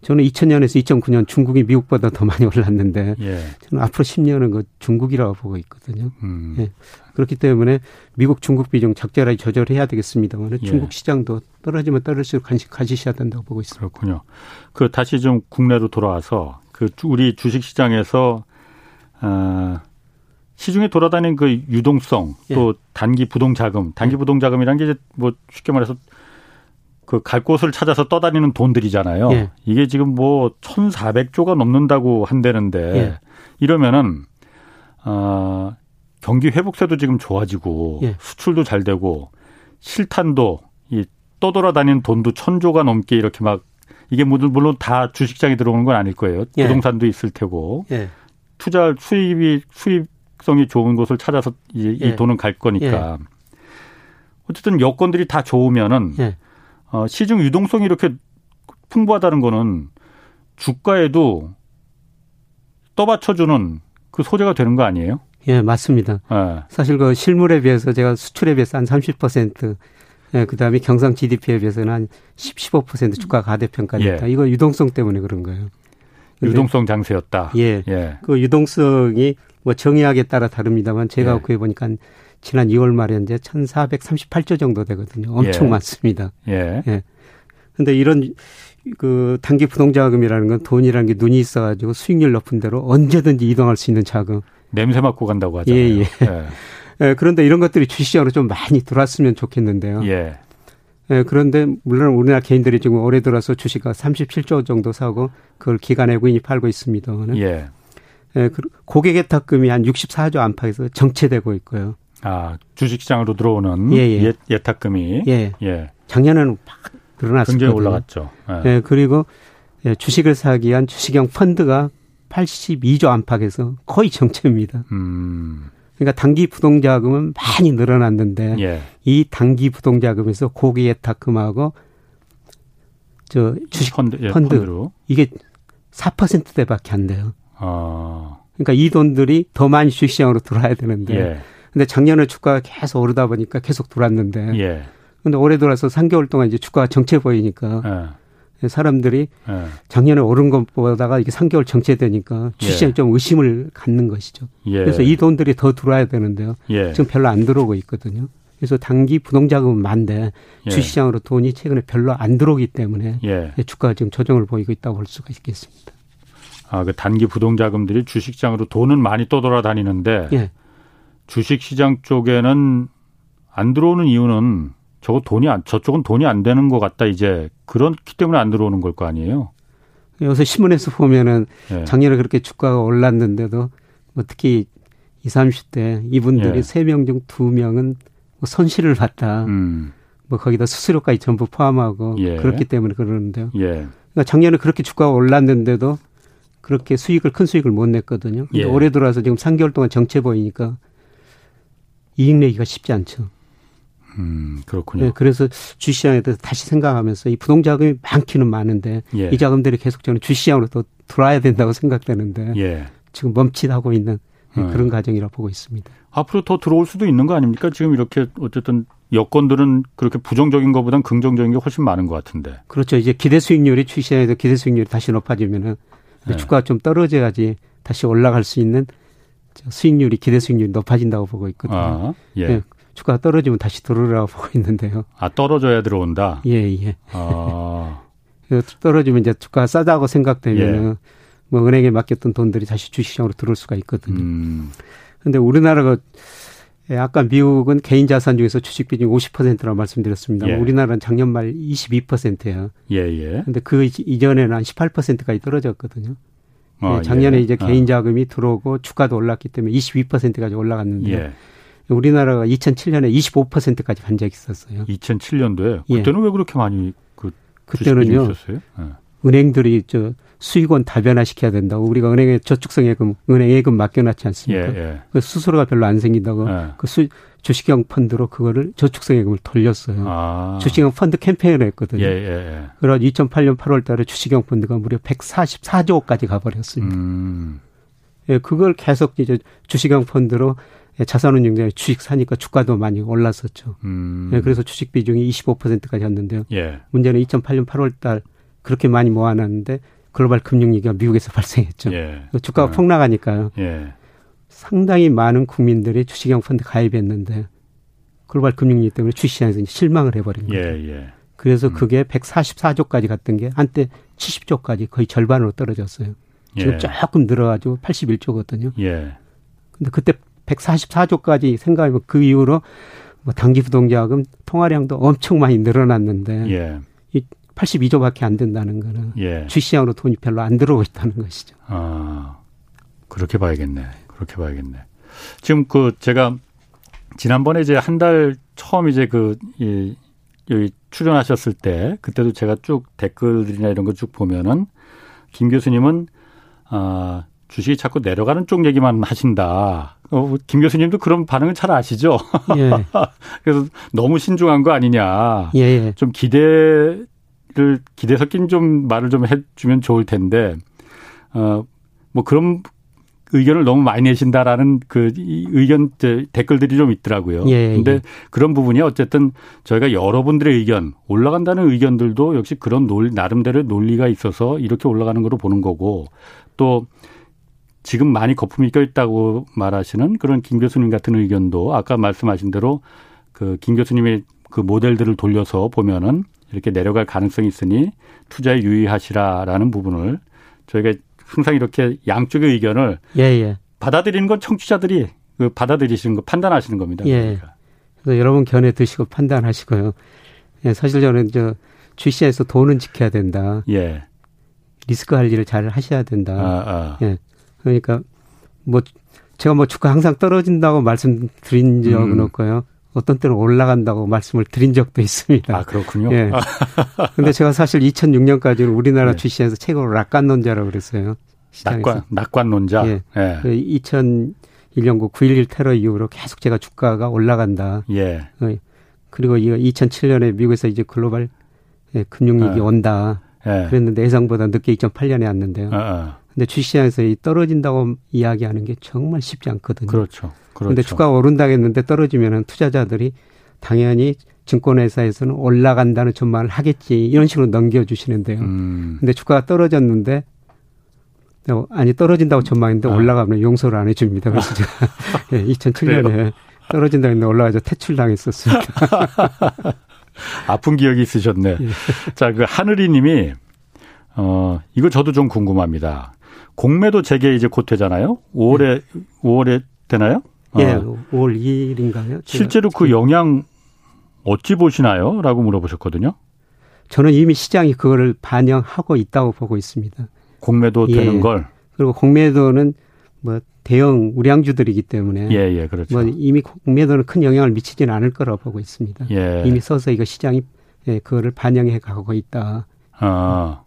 S3: 저는 2000년에서 2009년 중국이 미국보다 더 많이 올랐는데
S1: 예.
S3: 저는 앞으로 10년은 그 중국이라고 보고 있거든요.
S1: 음.
S3: 예. 그렇기 때문에 미국 중국 비중 적절하게 조절해야 되겠습니다만 예. 중국 시장도 떨어지면 떨어질수록 관심 가지셔야 된다고 보고 있습니다.
S1: 그렇군요. 그 다시 좀 국내로 돌아와서 그 우리 주식 시장에서 어, 시중에 돌아다니는 그 유동성
S3: 예.
S1: 또 단기 부동 자금, 단기 부동 자금이란 게 뭐 쉽게 말해서 그갈 곳을 찾아서 떠다니는 돈들이잖아요.
S3: 예.
S1: 이게 지금 뭐 1,400조가 넘는다고 한다는데
S3: 예.
S1: 이러면은 어, 경기 회복세도 지금 좋아지고
S3: 예.
S1: 수출도 잘 되고 실탄도 이 떠돌아다니는 돈도 천조가 넘게 이렇게 막 이게 뭐 물론 다 주식장에 들어오는 건 아닐 거예요. 부동산도 있을 테고 투자 수입이 수입성이 좋은 곳을 찾아서 이,
S3: 예.
S1: 이 돈은 갈 거니까 어쨌든 여건들이 다 좋으면은.
S3: 예.
S1: 어, 시중 유동성이 이렇게 풍부하다는 거는 주가에도 떠받쳐주는 그 소재가 되는 거 아니에요?
S3: 예, 맞습니다.
S1: 예.
S3: 사실 그 실물에 비해서 제가 수출에 비해서 한 30%, 예, 그 다음에 경상 GDP에 비해서는 한 10, 15% 주가 가대평가됐다.
S1: 예.
S3: 이거 유동성 때문에 그런 거예요.
S1: 유동성 장세였다.
S3: 예.
S1: 예.
S3: 그 유동성이 뭐 정의학에 따라 다릅니다만 제가
S1: 예.
S3: 구해 보니까 지난 2월 말에 이제 1,438조 정도 되거든요. 엄청
S1: 예.
S3: 많습니다.
S1: 예.
S3: 예. 근데 이런 그 단기 부동자금이라는 건 돈이라는 게 눈이 있어 가지고 수익률 높은 대로 언제든지 이동할 수 있는 자금.
S1: 냄새 맡고 간다고 하잖아요.
S3: 예, 예. 예, 그런데 이런 것들이 주시장으로 좀 많이 들어왔으면 좋겠는데요.
S1: 예.
S3: 예, 그런데 물론 우리나라 개인들이 지금 올해 들어서 주식을 37조 정도 사고 그걸 기간에 구인이 팔고 있습니다.
S1: 예.
S3: 예, 그 고객 예탁금이 한 64조 안팎에서 정체되고 있고요.
S1: 아, 주식시장으로 들어오는
S3: 예, 예.
S1: 예, 예탁금이
S3: 예. 네.
S1: 예.
S3: 작년에는 팍 늘어났었거든요.
S1: 굉장히 올라갔죠. 예.
S3: 예, 그리고 예, 주식을 사기 위한 주식형 펀드가 82조 안팎에서 거의 정체입니다.
S1: 음.
S3: 그러니까 단기 부동자금은 많이 늘어났는데
S1: 예.
S3: 이 단기 부동자금에서 고객 예탁금하고 저 주식
S1: 펀드, 예,
S3: 펀드.
S1: 펀드로.
S3: 이게 4%대밖에 안 돼요.
S1: 어.
S3: 그러니까 이 돈들이 더 많이 주식시장으로 들어와야 되는데
S1: 예.
S3: 근데 작년에 주가가 계속 오르다 보니까 계속 돌았는데
S1: 예.
S3: 근데 올해 돌아서 3개월 동안 이제 주가가 정체 보이니까
S1: 예.
S3: 사람들이
S1: 예.
S3: 작년에 오른 것보다가 이게 3개월 정체되니까 주시장
S1: 예.
S3: 좀 의심을 갖는 것이죠.
S1: 예.
S3: 그래서 이 돈들이 더 들어와야 되는데요.
S1: 예.
S3: 지금 별로 안 들어오고 있거든요. 그래서 단기 부동자금은 많은데
S1: 예.
S3: 주시장으로 돈이 최근에 별로 안 들어오기 때문에
S1: 예.
S3: 주가가 지금 조정을 보이고 있다고 볼 수가 있겠습니다.
S1: 아, 그 단기 부동자금들이 주식장으로 돈은 많이 떠돌아다니는데
S3: 예.
S1: 주식시장 쪽에는 안 들어오는 이유는 저거 돈이 안, 저쪽은 돈이 안 되는 것 같다 이제 그렇기 때문에 안 들어오는 걸 거 아니에요.
S3: 요새 신문에서 보면은
S1: 예.
S3: 작년에 그렇게 주가가 올랐는데도 뭐 특히 20, 30대
S1: 예.
S3: 이분들이 세 명 중 두명은뭐 손실을 봤다.
S1: 음,
S3: 뭐 거기다 수수료까지 전부 포함하고
S1: 예.
S3: 그렇기 때문에 그러는데요.
S1: 예,
S3: 그러니까 작년에 그렇게 주가가 올랐는데도 그렇게 수익을 큰 수익을 못 냈거든요. 근데
S1: 예.
S3: 올해 들어와서 지금 3개월 동안 정체 보이니까 이익 내기가 쉽지 않죠.
S1: 음,
S3: 예,
S1: 그렇군요.
S3: 그래서 주시장에 대해서 다시 생각하면서 이 부동자금이 많기는 많은데
S1: 예.
S3: 이 자금들이 계속 저는 주시장으로 또 들어와야 된다고 생각되는데
S1: 예.
S3: 지금 멈칫하고 있는
S1: 음.
S3: 그런 과정이라 보고 있습니다.
S1: 앞으로 더 들어올 수도 있는 거 아닙니까? 지금 이렇게 어쨌든 여건들은 그렇게 부정적인 것보단 긍정적인 게 훨씬 많은 것 같은데.
S3: 그렇죠. 이제 기대 수익률이 출시에서 기대 수익률이 다시 높아지면은
S1: 네.
S3: 주가가 좀 떨어져야지 다시 올라갈 수 있는 저 수익률이 기대 수익률이 높아진다고 보고 있거든요.
S1: 아, 예.
S3: 네. 주가가 떨어지면 다시 들어오라고 보고 있는데요.
S1: 아, 떨어져야 들어온다.
S3: 예, 예.
S1: 아,
S3: 그래서 떨어지면 이제 주가가 싸다고 생각되면은
S1: 예.
S3: 뭐 은행에 맡겼던 돈들이 다시 주시장으로 들어올 수가 있거든요.
S1: 음,
S3: 근데 우리나라가 예, 아까 미국은 개인 자산 중에서 주식 비중 50%라고 말씀드렸습니다.
S1: 예.
S3: 우리나라는 작년 말 22%예요.
S1: 예, 예.
S3: 근데 그 이- 이전에는 한 18%까지 떨어졌거든요.
S1: 아,
S3: 예, 작년에 이제
S1: 아,
S3: 개인 자금이 들어오고 주가도 올랐기 때문에 22%까지 올라갔는데
S1: 예.
S3: 우리나라가 2007년에 25%까지 간 적이 있었어요.
S1: 2007년도에
S3: 예.
S1: 그때는 왜 그렇게 많이 그 주식이
S3: 그때는요
S1: 있었어요? 예.
S3: 은행들이 저 수익원 다변화시켜야 된다고 우리가 은행에 저축성 예금, 은행 예금 맡겨놨지
S1: 예,
S3: 않습니까?
S1: 예.
S3: 그 수수료가 별로 안 생긴다고
S1: 예.
S3: 그 수, 주식형 펀드로 그거를 저축성 예금을 돌렸어요.
S1: 아,
S3: 그 주식형 펀드 캠페인을 했거든요.
S1: 예, 예, 예.
S3: 그런 2008년 8월 달에 주식형 펀드가 무려 144조까지 가버렸습니다.
S1: 음,
S3: 예, 그걸 계속 이제 주식형 펀드로 예, 자산운용장에 주식 사니까 주가도 많이 올랐었죠.
S1: 음.
S3: 예, 그래서 주식 비중이 25%까지 왔는데요.
S1: 예.
S3: 문제는 2008년 8월 달 그렇게 많이 모아놨는데 글로벌 금융위기가 미국에서 발생했죠. 그
S1: 예.
S3: 주가가
S1: 네.
S3: 폭락하니까요.
S1: 예.
S3: 상당히 많은 국민들이 주식형 펀드 가입했는데 글로벌 금융위기 때문에 주식시장에서 이제 실망을 해버린
S1: 예,
S3: 거예요.
S1: 예.
S3: 그래서 그게 144조까지 갔던 게 한때 70조까지 거의 절반으로 떨어졌어요. 지금
S1: 예.
S3: 조금 늘어가지고 81조거든요.
S1: 예.
S3: 근데 그때 144조까지 생각하면 그 이후로 뭐 단기 부동자금 통화량도 엄청 많이 늘어났는데
S1: 예.
S3: 82조밖에 안 된다는 거는
S1: 예.
S3: 주시장으로 돈이 별로 안 들어오고 있다는 것이죠.
S1: 아, 그렇게 봐야겠네. 그렇게 봐야겠네. 지금 그 제가 지난번에 이제 한 달 처음 이제 그, 이, 여기 출연하셨을 때 그때도 제가 쭉 댓글들이나 이런 거 쭉 보면은 김 교수님은 아, 주식이 자꾸 내려가는 쪽 얘기만 하신다. 어, 김 교수님도 그런 반응을 잘 아시죠?
S3: 예,
S1: 그래서 너무 신중한 거 아니냐.
S3: 예, 예.
S1: 좀 기대를 기대 섞인 좀 말을 좀 해주면 좋을 텐데 어뭐 그런 의견을 너무 많이 내신다라는 그이 의견 제 댓글들이 좀 있더라고요.
S3: 예, 예.
S1: 근데 그런 부분이 어쨌든 저희가 여러분들의 의견 올라간다는 의견들도 역시 그런 논 나름대로 논리가 있어서 이렇게 올라가는 거로 보는 거고 또 지금 많이 거품이 껴있다고 말하시는 그런 김 교수님 같은 의견도 아까 말씀하신 대로 그 김 교수님의 그 모델들을 돌려서 보면은 이렇게 내려갈 가능성이 있으니 투자에 유의하시라라는 부분을 저희가 항상 이렇게 양쪽의 의견을
S3: 예, 예.
S1: 받아들이는 건 청취자들이 그 받아들이시는 거 판단하시는 겁니다.
S3: 예.
S1: 그러니까.
S3: 그래서 여러분 견해 드시고 판단하시고요. 예, 사실 저는 저 주시장에서 돈은 지켜야 된다.
S1: 예.
S3: 리스크 관리를 잘 하셔야
S1: 아,
S3: 된다.
S1: 아.
S3: 예. 그러니까 뭐 제가 뭐 주가 항상 떨어진다고 말씀드린 적은
S1: 음.
S3: 없고요. 어떤 때는 올라간다고 말씀을 드린 적도 있습니다.
S1: 아, 그렇군요.
S3: 예.
S1: 아,
S3: 근데 제가 사실 2006년까지는 우리나라
S1: 예.
S3: 주시장에서 최고로 락관론자라고 그랬어요.
S1: 낙관
S3: 시장에서.
S1: 낙관론자.
S3: 예.
S1: 예.
S3: 2001년고 9.11 테러 이후로 계속 제가 주가가 올라간다.
S1: 예.
S3: 어, 그리고 이거 2007년에 미국에서 이제 글로벌 예, 금융위기
S1: 예.
S3: 온다.
S1: 예.
S3: 그랬는데 예상보다 늦게 2008년에 왔는데요.
S1: 아, 아.
S3: 근데 주시장에서 이 떨어진다고 이야기하는 게 정말 쉽지 않거든요.
S1: 그렇죠. 그렇죠.
S3: 근데 주가가 오른다 했는데 떨어지면은 투자자들이 당연히 증권회사에서는 올라간다는 전망을 하겠지 이런 식으로 넘겨주시는데요.
S1: 음.
S3: 근데 주가가 떨어졌는데 어, 아니 떨어진다고 전망했는데
S1: 아.
S3: 올라가면 용서를 안 해줍니다. 그래서 제가 예, 2007년에 떨어진다고 했는데 올라가서 퇴출당했었습니다.
S1: 아픈 기억이 있으셨네.
S3: 예.
S1: 자, 그 하늘이 님이, 어, 이거 저도 좀 궁금합니다. 공매도 재개 이제 곧 되잖아요? 5월에, 5월에 되나요? 어,
S3: 예, 5월 2일인가요?
S1: 실제로 그 영향 어찌 보시나요? 라고 물어보셨거든요.
S3: 저는 이미 시장이 그거를 반영하고 있다고 보고 있습니다.
S1: 공매도
S3: 예.
S1: 되는 걸.
S3: 그리고 공매도는 뭐 대형 우량주들이기 때문에
S1: 예, 예, 그렇죠.
S3: 뭐 이미 공매도는 큰 영향을 미치지는 않을 거라고 보고 있습니다.
S1: 예.
S3: 이미 서서히 이 시장이 예, 그거를 반영해 가고 있다.
S1: 아,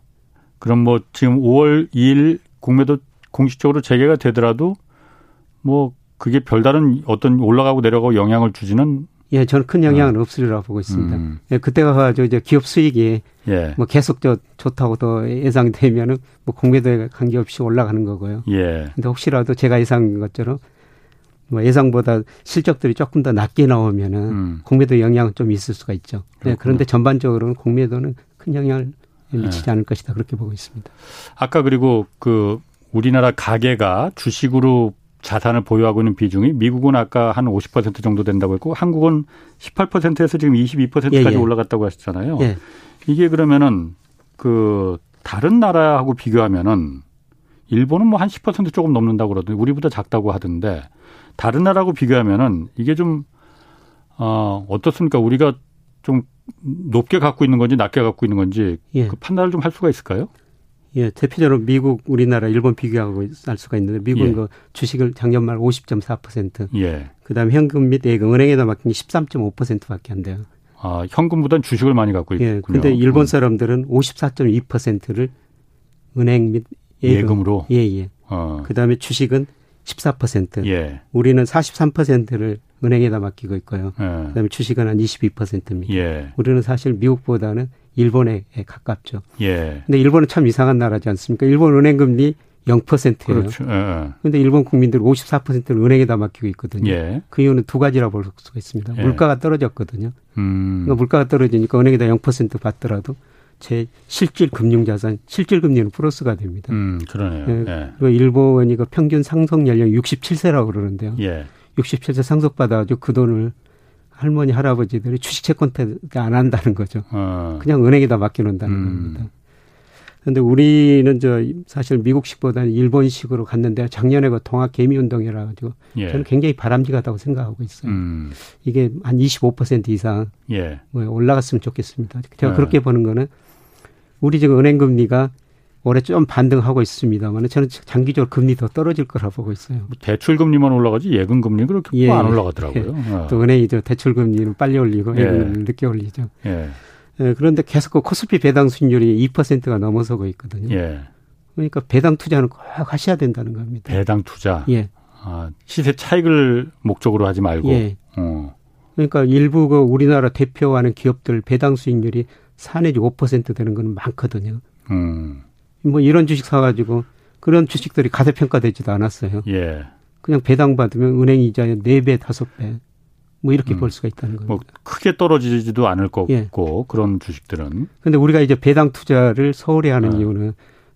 S1: 그럼 뭐 지금 5월 2일 공매도 공식적으로 재개가 되더라도 뭐 그게 별다른 어떤 올라가고 내려가고 영향을 주지는
S3: 예, 저는 큰
S1: 아.
S3: 영향은 없으리라고 보고 있습니다.
S1: 음.
S3: 예, 그때가 가지고 이제 기업 수익이
S1: 예.
S3: 뭐 계속 저 좋다고 더 예상되면은 뭐 공매도에 관계없이 올라가는 거고요.
S1: 예.
S3: 근데 혹시라도 제가 예상한 것처럼 뭐 예상보다 실적들이 조금 더 낮게 나오면은
S1: 음.
S3: 공매도 영향은 좀 있을 수가 있죠. 네,
S1: 그렇군요.
S3: 그런데 전반적으로는 공매도는 큰 영향을
S1: 네.
S3: 미치지 않을 것이다 그렇게 보고 있습니다.
S1: 아까 그리고 그 우리나라 가계가 주식으로 자산을 보유하고 있는 비중이 미국은 아까 한 50% 정도 된다고 했고 한국은 18%에서 지금 22%까지
S3: 예, 예.
S1: 올라갔다고 하셨잖아요.
S3: 예.
S1: 이게 그러면은 그 다른 나라하고 비교하면은 일본은 뭐 한 10% 조금 넘는다고 그러더니 우리보다 작다고 하던데 다른 나라하고 비교하면은 이게 좀 어, 어떻습니까? 우리가 좀 높게 갖고 있는 건지 낮게 갖고 있는 건지
S3: 예.
S1: 그 판단을 좀 할 수가 있을까요?
S3: 예, 대표적으로 미국, 우리나라, 일본 비교하고 알 수가 있는데 미국은
S1: 예.
S3: 그 주식을 작년 말 50.4%,
S1: 예.
S3: 그다음에 현금 및 예금, 은행에다 맡긴 게 13.5%밖에 안 돼요.
S1: 아, 현금보단 주식을 많이 갖고 있군요. 음.
S3: 예, 근데 일본 사람들은 54.2%를 은행 및 예금,
S1: 예금으로.
S3: 예, 예.
S1: 어,
S3: 그다음에 주식은 14%,
S1: 예.
S3: 우리는 43%를 은행에다 맡기고 있고요.
S1: 예.
S3: 그다음에 주식은 한 22%입니다.
S1: 예.
S3: 우리는 사실 미국보다는 일본에 가깝죠.
S1: 예.
S3: 근데 일본은 참 이상한 나라지 않습니까? 일본 은행 금리 0%예요.
S1: 그렇죠. 예.
S3: 근데 일본 국민들 54%를 은행에다 맡기고 있거든요.
S1: 예.
S3: 그 이유는 두 가지라고 볼 수가 있습니다.
S1: 예.
S3: 물가가 떨어졌거든요.
S1: 음.
S3: 그러니까 물가가 떨어지니까 은행에다 0% 받더라도 제 실질 금융자산, 실질 금리는 플러스가 됩니다.
S1: 음, 그러네요.
S3: 예.
S1: 예.
S3: 그리고 일본이 그 평균 상속 연령 67세라고 그러는데요.
S1: 예.
S3: 67세 상속받아가지고 그 돈을 할머니, 할아버지들이 주식채권 택안 한다는 거죠.
S1: 어.
S3: 그냥 은행에다 맡겨놓는다는
S1: 음.
S3: 겁니다. 그런데 우리는 저 사실 미국식보다는 일본식으로 갔는데 작년에 그 동학 개미 운동이라 가지고
S1: 예.
S3: 저는 굉장히 바람직하다고 생각하고 있어요.
S1: 음.
S3: 이게 한 25% 이상
S1: 예.
S3: 뭐 올라갔으면 좋겠습니다. 제가
S1: 네.
S3: 그렇게 보는 거는 우리 지금 은행 금리가 올해 좀 반등하고 있습니다만 저는 장기적으로 금리 더 떨어질 거라 보고 있어요.
S1: 뭐 대출 금리만 올라가지 예금 금리 그렇게
S3: 예.
S1: 안 올라가더라고요. 어.
S3: 또 은행이죠. 대출 금리는 빨리 올리고
S1: 예.
S3: 예금 금리는 늦게 올리죠.
S1: 예.
S3: 예, 그런데 계속 그 코스피 배당 수익률이 2%가 넘어서고 있거든요.
S1: 예.
S3: 그러니까 배당 투자는 꼭 하셔야 된다는 겁니다.
S1: 배당 투자.
S3: 예.
S1: 아, 시세 차익을 목적으로 하지 말고.
S3: 예.
S1: 어.
S3: 그러니까 일부 그 우리나라 대표하는 기업들 배당 수익률이 4 내지 5% 되는 건 많거든요.
S1: 음.
S3: 뭐 이런 주식 사가지고 그런 주식들이 가대평가되지도 않았어요.
S1: 예.
S3: 그냥 배당 받으면 은행 이자의 4배, 5배 뭐 이렇게 볼 수가 있다는
S1: 뭐
S3: 겁니다.
S1: 크게 떨어지지도 않을 거고
S3: 예.
S1: 그런 주식들은
S3: 그런데 우리가 이제 배당 투자를 서울에 하는
S1: 네.
S3: 이유는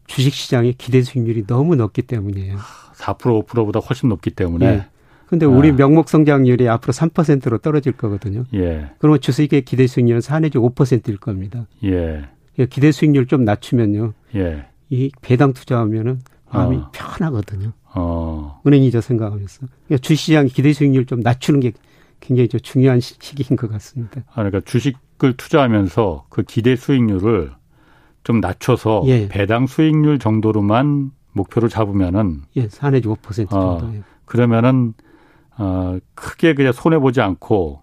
S3: 주식시장의 기대 수익률이 너무 높기 때문이에요.
S1: 4% 5%보다 훨씬 높기
S3: 예.
S1: 때문에
S3: 그런데 우리
S1: 네. 아.
S3: 명목 성장률이 앞으로 3%로 떨어질 거거든요.
S1: 예.
S3: 그러면 주식의 기대 수익률은 4 내지 5%일 겁니다.
S1: 예.
S3: 예, 기대 수익률 좀 낮추면요.
S1: 예.
S3: 이 배당 투자하면은 마음이
S1: 아.
S3: 편하거든요.
S1: 어.
S3: 은행이자 생각하면서. 그러니까 주시장 기대 수익률 좀 낮추는 게 굉장히 저 중요한 시- 시기인 것 같습니다.
S1: 아, 그러니까 주식을 투자하면서 그 기대 수익률을 좀 낮춰서
S3: 예.
S1: 배당 수익률 정도로만 목표를 잡으면은
S3: 예, 4 내지 5%
S1: 아.
S3: 정도. 예.
S1: 그러면은 어, 크게 그냥 손해 보지 않고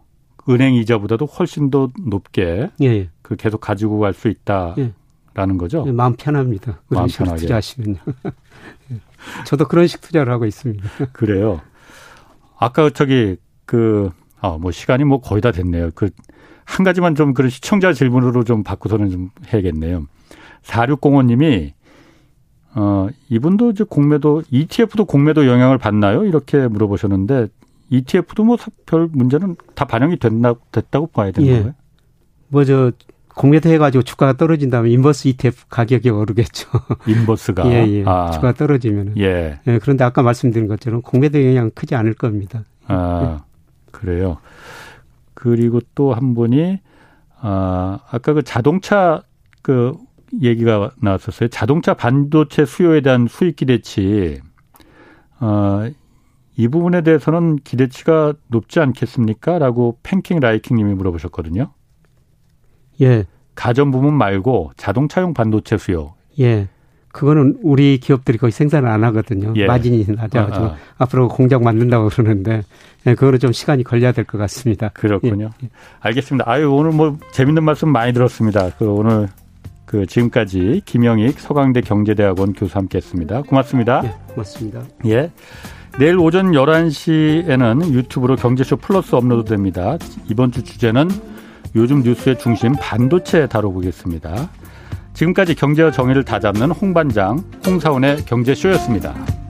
S1: 은행 이자보다도 훨씬 더 높게
S3: 예, 예.
S1: 그 계속 가지고 갈 수 있다라는
S3: 예.
S1: 거죠.
S3: 예, 마음 편합니다. 그런
S1: 어. 마음
S3: 식으로
S1: 편하게.
S3: 투자하시면요. 예. 저도 그런 식 투자를 하고 있습니다.
S1: 그래요. 아까 저기 그 아, 뭐 시간이 뭐 거의 다 됐네요. 그 한 가지만 좀 그런 시청자 질문으로 좀 바꾸서는 좀 해야겠네요. 4605님이 어, 이분도 이제 공매도 ETF도 공매도 영향을 받나요? 이렇게 물어보셨는데 ETF도 뭐 별 문제는 다 반영이 됐나 됐다고 봐야 되는
S3: 예.
S1: 거예요?
S3: 뭐 저 공매도 해가지고 주가가 떨어진다면 인버스 ETF 가격이 오르겠죠.
S1: 인버스가
S3: 예, 예.
S1: 아,
S3: 주가가 떨어지면은.
S1: 예.
S3: 예, 그런데 아까 말씀드린 것처럼 공매도 영향은 크지 않을 겁니다.
S1: 아, 그래요. 그리고 또 한 분이 아, 아까 그 자동차 그 얘기가 나왔었어요. 자동차 반도체 수요에 대한 수익 기대치. 아, 이 부분에 대해서는 기대치가 높지 않겠습니까? 라고 팬킹 라이킹 님이 물어보셨거든요.
S3: 예,
S1: 가전 부문 말고 자동차용 반도체 수요.
S3: 예. 그거는 우리 기업들이 거의 생산을 안 하거든요.
S1: 예.
S3: 마진이 낮아가지고
S1: 아, 아.
S3: 앞으로 공장 만든다고 그러는데 예, 그거는 좀 시간이 걸려야 될 것 같습니다.
S1: 그렇군요. 알겠습니다. 아유 오늘 뭐 재밌는 말씀 많이 들었습니다. 그 오늘 그 지금까지 김영익 서강대 경제대학원 교수 함께했습니다. 고맙습니다.
S3: 예, 고맙습니다.
S1: 예. 내일 오전 11시에는 유튜브로 경제쇼 플러스 업로드 됩니다. 이번 주 주제는 요즘 뉴스의 중심 반도체 다뤄보겠습니다. 지금까지 경제와 정의를 다잡는 홍반장, 홍사원의 경제쇼였습니다.